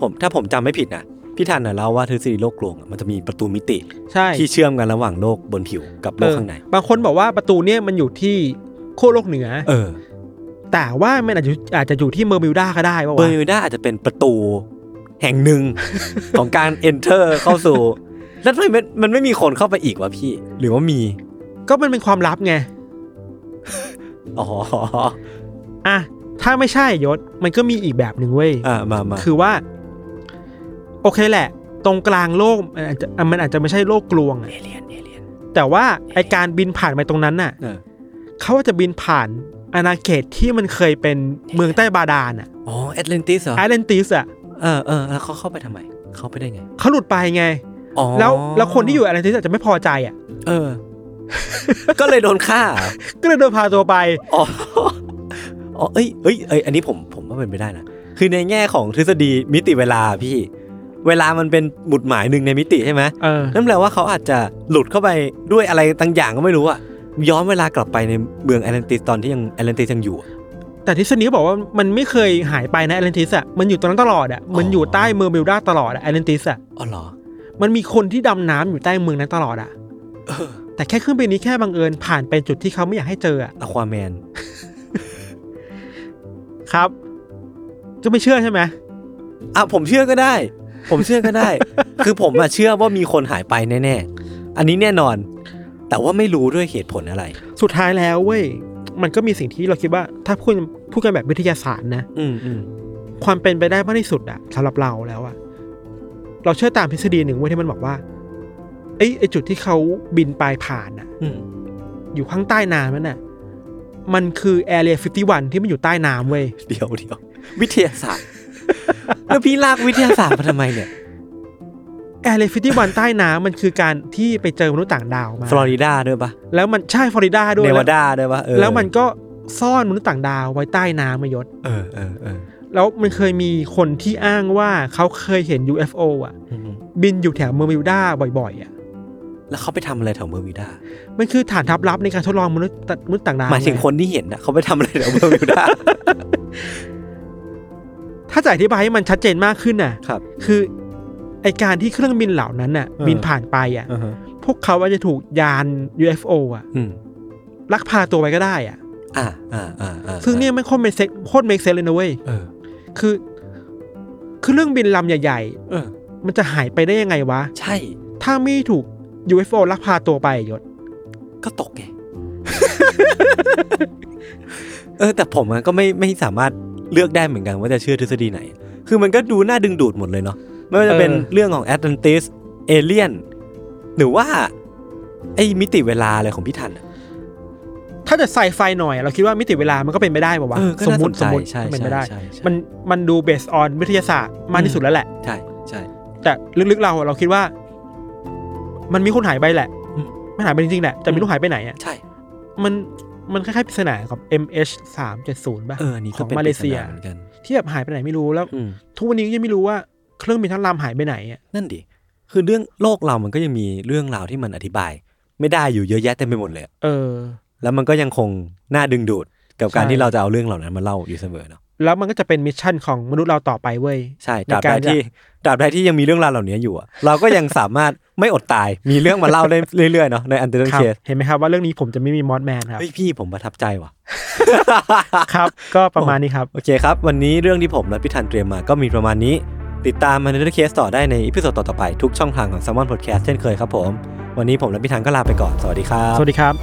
[SPEAKER 2] ผมถ้าผมจำไม่ผิดนะ พี่ทันน่ะเล่าว่าทฤษฎีโลกลวงอ่ะมันจะมีประตูมิติ
[SPEAKER 3] ใช่
[SPEAKER 2] ที่เชื่อมกันระหว่างโลกบนผิวกับโล
[SPEAKER 3] เอก อ
[SPEAKER 2] ข้างใน
[SPEAKER 3] บางคนบอกว่าประตูเนี่ยมันอยู่ที่ขั้วโลกเหนือ
[SPEAKER 2] เออ
[SPEAKER 3] แต่ว่ามันอาจจะอาจจะอยู่ที่เมอร์มิวดาก็ได้ปะ
[SPEAKER 2] เบอ
[SPEAKER 3] วะ
[SPEAKER 2] ร์มิวด้าอาจจะเป็นประตูแห่งหนึ่ง ของการ enter เข้าสู่แล้วทำไมมันมันไม่มีคนเข้าไปอีกวะพี่ หรือว่ามี
[SPEAKER 3] ก็มันเป็นความลับไง
[SPEAKER 2] อ๋ อ
[SPEAKER 3] อ่ะ ถ้าไม่ใช่ยศ มันก็มีอีกแบบหนึ่งเว้ย
[SPEAKER 2] อ่ามามา
[SPEAKER 3] คือว่า โอเคแหละ ตรงกลางโลกมันอาจจะมันอาจจะไม่ใช่โลกกลวงอะ
[SPEAKER 2] เอเลียนเอเลียน
[SPEAKER 3] แต่ว่าไอการบินผ่านไปตรงนั้นน่ะ
[SPEAKER 2] เออ
[SPEAKER 3] เขาอาจจะบินผ่านอาณาเขตที่มันเคยเป็นเมืองใต้บาดาลอะ
[SPEAKER 2] อ๋อแอตแลนติสเหรอ
[SPEAKER 3] แอตแลนติสอะ
[SPEAKER 2] เออเออแล้วเขาเข้าไปทำไม เข้าไปได้ไง
[SPEAKER 3] เขาหลุดไปไง
[SPEAKER 2] อ๋อ
[SPEAKER 3] แล้วแล้วคนที่อยู่แอตแลนติสอาจจะไม่พอใจอ่ะ
[SPEAKER 2] เออ ก็เลยโดนฆ่าเหรอ
[SPEAKER 3] ก็เลยโดนพาตัวไป
[SPEAKER 2] อ๋อ อ๋อ เอ้ยเอ้ยเอ้ย อันนี้ผม ผมว่าเป็นไปได้นะ คือในแง่ของทฤษฎีมิติเวลาพี่ เวลามันเป็นหมุดหมายหนึ่งในมิติใช่ไหม
[SPEAKER 3] เออ
[SPEAKER 2] นั่นแปลว่าเขาอาจจะหลุดเข้าไปด้วยอะไรต่างอย่างก็ไม่รู้อะย้อนเวลากลับไปในเมืองแอตแลนติสตอนที่ยังแอตแลนติสยังอยู่อะ
[SPEAKER 3] แต่ทฤษฎีบอกว่ามันไม่เคยหายไปนะแอตแลนติสอ่ะ มันอยู่ตรงนั้นตลอดอ่ะ มัน
[SPEAKER 2] อ๋อ
[SPEAKER 3] อ
[SPEAKER 2] อ
[SPEAKER 3] ยู่ใต้เมืองเบลดาตลอดอ่ะแอตแลนติสอ่ะ
[SPEAKER 2] อ๋อเหรอ
[SPEAKER 3] มันมีคนที่ดำน้ำอยู่ใต้เมืองนั้นตลอดอ่ะ
[SPEAKER 2] เออ
[SPEAKER 3] แต่แค่เครื่องบินนี้แค่บังเอิญผ่านไปจุดที่เขาไม่อยากให้เจออ่ะ
[SPEAKER 2] อควาแมน
[SPEAKER 3] ครับ ก็ไม่เชื่อใช่ไหม
[SPEAKER 2] อ่ะผมเชื่อก็ได้ ผมเชื่อก็ได้ คือผมอะเชื่อว่ามีคนหายไปแน่ๆ อันนี้แน่นอน แต่ว่าไม่รู้ด้วยเหตุผลอะไร
[SPEAKER 3] สุดท้ายแล้วเว้ย มันก็มีสิ่งที่เราคิดว่า ถ้าพูดพูดกันแบบวิทยาศาสตร์นะ
[SPEAKER 2] อืมอืม
[SPEAKER 3] ความเป็นไปได้มากที่สุดอะสำหรับเราแล้วอะเราเชื่อตามทฤษฎีหนึ่งเว้ยที่มันบอกว่าไอ้ยไอ้จุดที่เขาบินไปผ่านอะ
[SPEAKER 2] อืม
[SPEAKER 3] อยู่ข้างใต้น้ำนั่นน่ะมันคือแอเรีย51 ที่มันอยู่ใต้น้ำเว้ย
[SPEAKER 2] เดี๋ยวเดี๋ยววิทยาศาสตร์ แล้วพี่ลากวิทยาศาสตร์มาทำไม เนี่ย
[SPEAKER 3] แอเรีย51 ใต้น้ำมันคือการที่ไปเจอมนุษย์ต่างดาวมา
[SPEAKER 2] ฟลอริดาด้วยปะ
[SPEAKER 3] แล้วมันใช่ฟลอริดาด้วย
[SPEAKER 2] เน
[SPEAKER 3] แล้ว
[SPEAKER 2] วาดาด้วยปะเออ
[SPEAKER 3] แล้วมันก็ซ่อนมนุษย์ต่างดาวไว้ใต้น้ำมายศ
[SPEAKER 2] เออเออเออ
[SPEAKER 3] แล้วมันเคยมีคนที่อ้างว่าเขาเคยเห็น UFO อะ
[SPEAKER 2] อืม
[SPEAKER 3] บินอยู่แถวเมอร์มิวดาบ่อยๆอะ
[SPEAKER 2] แล้วเขาไปทำอะไรแถวเมอร์วิวดา
[SPEAKER 3] มันคือฐานทัพลับในการทดลองมนุษย์ตมนุษย์ต่างดาว
[SPEAKER 2] หมายถึง
[SPEAKER 3] ไ
[SPEAKER 2] คนที่เห็นนะเขาไปทำอะไรแถวเมอร์วิวดา
[SPEAKER 3] ถ้าจะอธิบายให้มันชัดเจนมากขึ้นน่ะ
[SPEAKER 2] ครับ
[SPEAKER 3] คือไอการที่เครื่องบินเหล่านั้นน่ะ
[SPEAKER 2] เออ
[SPEAKER 3] บินผ่านไปอ่ะ
[SPEAKER 2] อ่าฮะ
[SPEAKER 3] พวกเขาอาจจะถูกยาน UFO อ่ะ
[SPEAKER 2] อืม
[SPEAKER 3] ลักพาตัวไปก็ได้อ่ะ
[SPEAKER 2] อ่าอ่าอ่าอ่า
[SPEAKER 3] ซึ่งเนี่ยไม่โคตรเมกเซโคตรเมกเซเลยนะเว้ย
[SPEAKER 2] เออ
[SPEAKER 3] คือ คือเครื่องบินลำใหญ่
[SPEAKER 2] เออ
[SPEAKER 3] ๆ มันจะหายไปได้ยังไงวะ
[SPEAKER 2] ใช่
[SPEAKER 3] ถ้าไม่ถูก UFO ลักพาตัวไปอะยศ
[SPEAKER 2] ก็ตกไง เออ แต่ผมอะก็ไม่ไม่สามารถเลือกได้เหมือนกันว่าจะเชื่อทฤษฎีไหน คือมันก็ดูน่าดึงดูดหมดเลยเนาะไม่ว่าจะเป็น
[SPEAKER 3] เออ
[SPEAKER 2] เรื่องของแอตแลนติสเอเลียนหรือว่า ไอ้มิติเวลาอะไรของพี่ทันอะ
[SPEAKER 3] ถ้าจะใส่ไฟหน่อยเราคิดว่ามิติเวลามันก็เป็นไปได้ป่าวะ
[SPEAKER 2] เออก็
[SPEAKER 3] สม
[SPEAKER 2] น่าม สน
[SPEAKER 3] ติสมมติ
[SPEAKER 2] ใจใช่
[SPEAKER 3] เป็นไปได้
[SPEAKER 2] ใช่ใช่ใช่
[SPEAKER 3] มันมันดูเบสออนวิทยาศาสตร์มากที่สุดแล้วแหละ
[SPEAKER 2] ใช่ใช่
[SPEAKER 3] แต่ลึกๆเราอะเราคิดว่า มันมีคนหายไปแหละ
[SPEAKER 2] อืม
[SPEAKER 3] ไม่หายไปจริงๆแหละแต่ไม่รู้หายไปไหนอ่ะ
[SPEAKER 2] ใช่
[SPEAKER 3] มันมันคล้ายๆปริศนากับ MH 3 7 0ป่ะ
[SPEAKER 2] เอออันนี่
[SPEAKER 3] ข
[SPEAKER 2] ก็
[SPEAKER 3] อง
[SPEAKER 2] เป็น
[SPEAKER 3] มาเลเซีย
[SPEAKER 2] ปริศนเหมือนกัน
[SPEAKER 3] ที่แบบหายไปไหนไม่รู้แล้ว
[SPEAKER 2] อืม
[SPEAKER 3] ทุกวันนี้ก็ยังไม่รู้ว่าเครื่องบินทั้งลำหายไปไหนอ่ะ
[SPEAKER 2] นั่นดิคือเรื่องโลกเรามันก็ยังมีเรื่องราวที่มันอธิบาย ไม่ได้อยู่เยอะแยะเต็มไปหมดเลยอะ
[SPEAKER 3] เออ
[SPEAKER 2] แล้วมันก็ยังคงน่าดึงดูดกับการ
[SPEAKER 3] ใช่
[SPEAKER 2] ที่เราจะเอาเรื่องเหล่านั้นมาเล่าอยู่เสมอเนาะ
[SPEAKER 3] แล้วมันก็จะเป็นมิชชั่นของมนุษย์เราต่อไปเว้ย
[SPEAKER 2] ใช่
[SPEAKER 3] ใน
[SPEAKER 2] ตราบ
[SPEAKER 3] กา
[SPEAKER 2] ใด
[SPEAKER 3] ร
[SPEAKER 2] ที่ตราบใดที่ยังมีเรื่องราวเหล่านี้อยู่อะเราก็ยังสามารถไม่อดตาย มีเรื่องมาเล่าได้เรื่อยๆเนาะในอันเดอร์
[SPEAKER 3] ครั
[SPEAKER 2] เค
[SPEAKER 3] บ
[SPEAKER 2] ส
[SPEAKER 3] เห็นไหมครับว่าเรื่องนี้ผมจะไม่มีมอสแมนครับ
[SPEAKER 2] เฮ้ยพี่ผมประทับใจว่ะ
[SPEAKER 3] ครับ ก็ประมาณนี้ครับ
[SPEAKER 2] โอเคครับ วันนี้เรื่องที่ผมและพี่ทันเตรียมมาก็มีประมาณนี้ ติดตามมันเดอร์เคสต่อได้ในอีพิโซดต่อๆไปทุกช่องทางของ s ซ m o n Podcast เช่นเคยครับผม วันนี้ผมและพี่ทันก็ลาไปก่อน สวัสดีครับ
[SPEAKER 3] สวัสดีครับ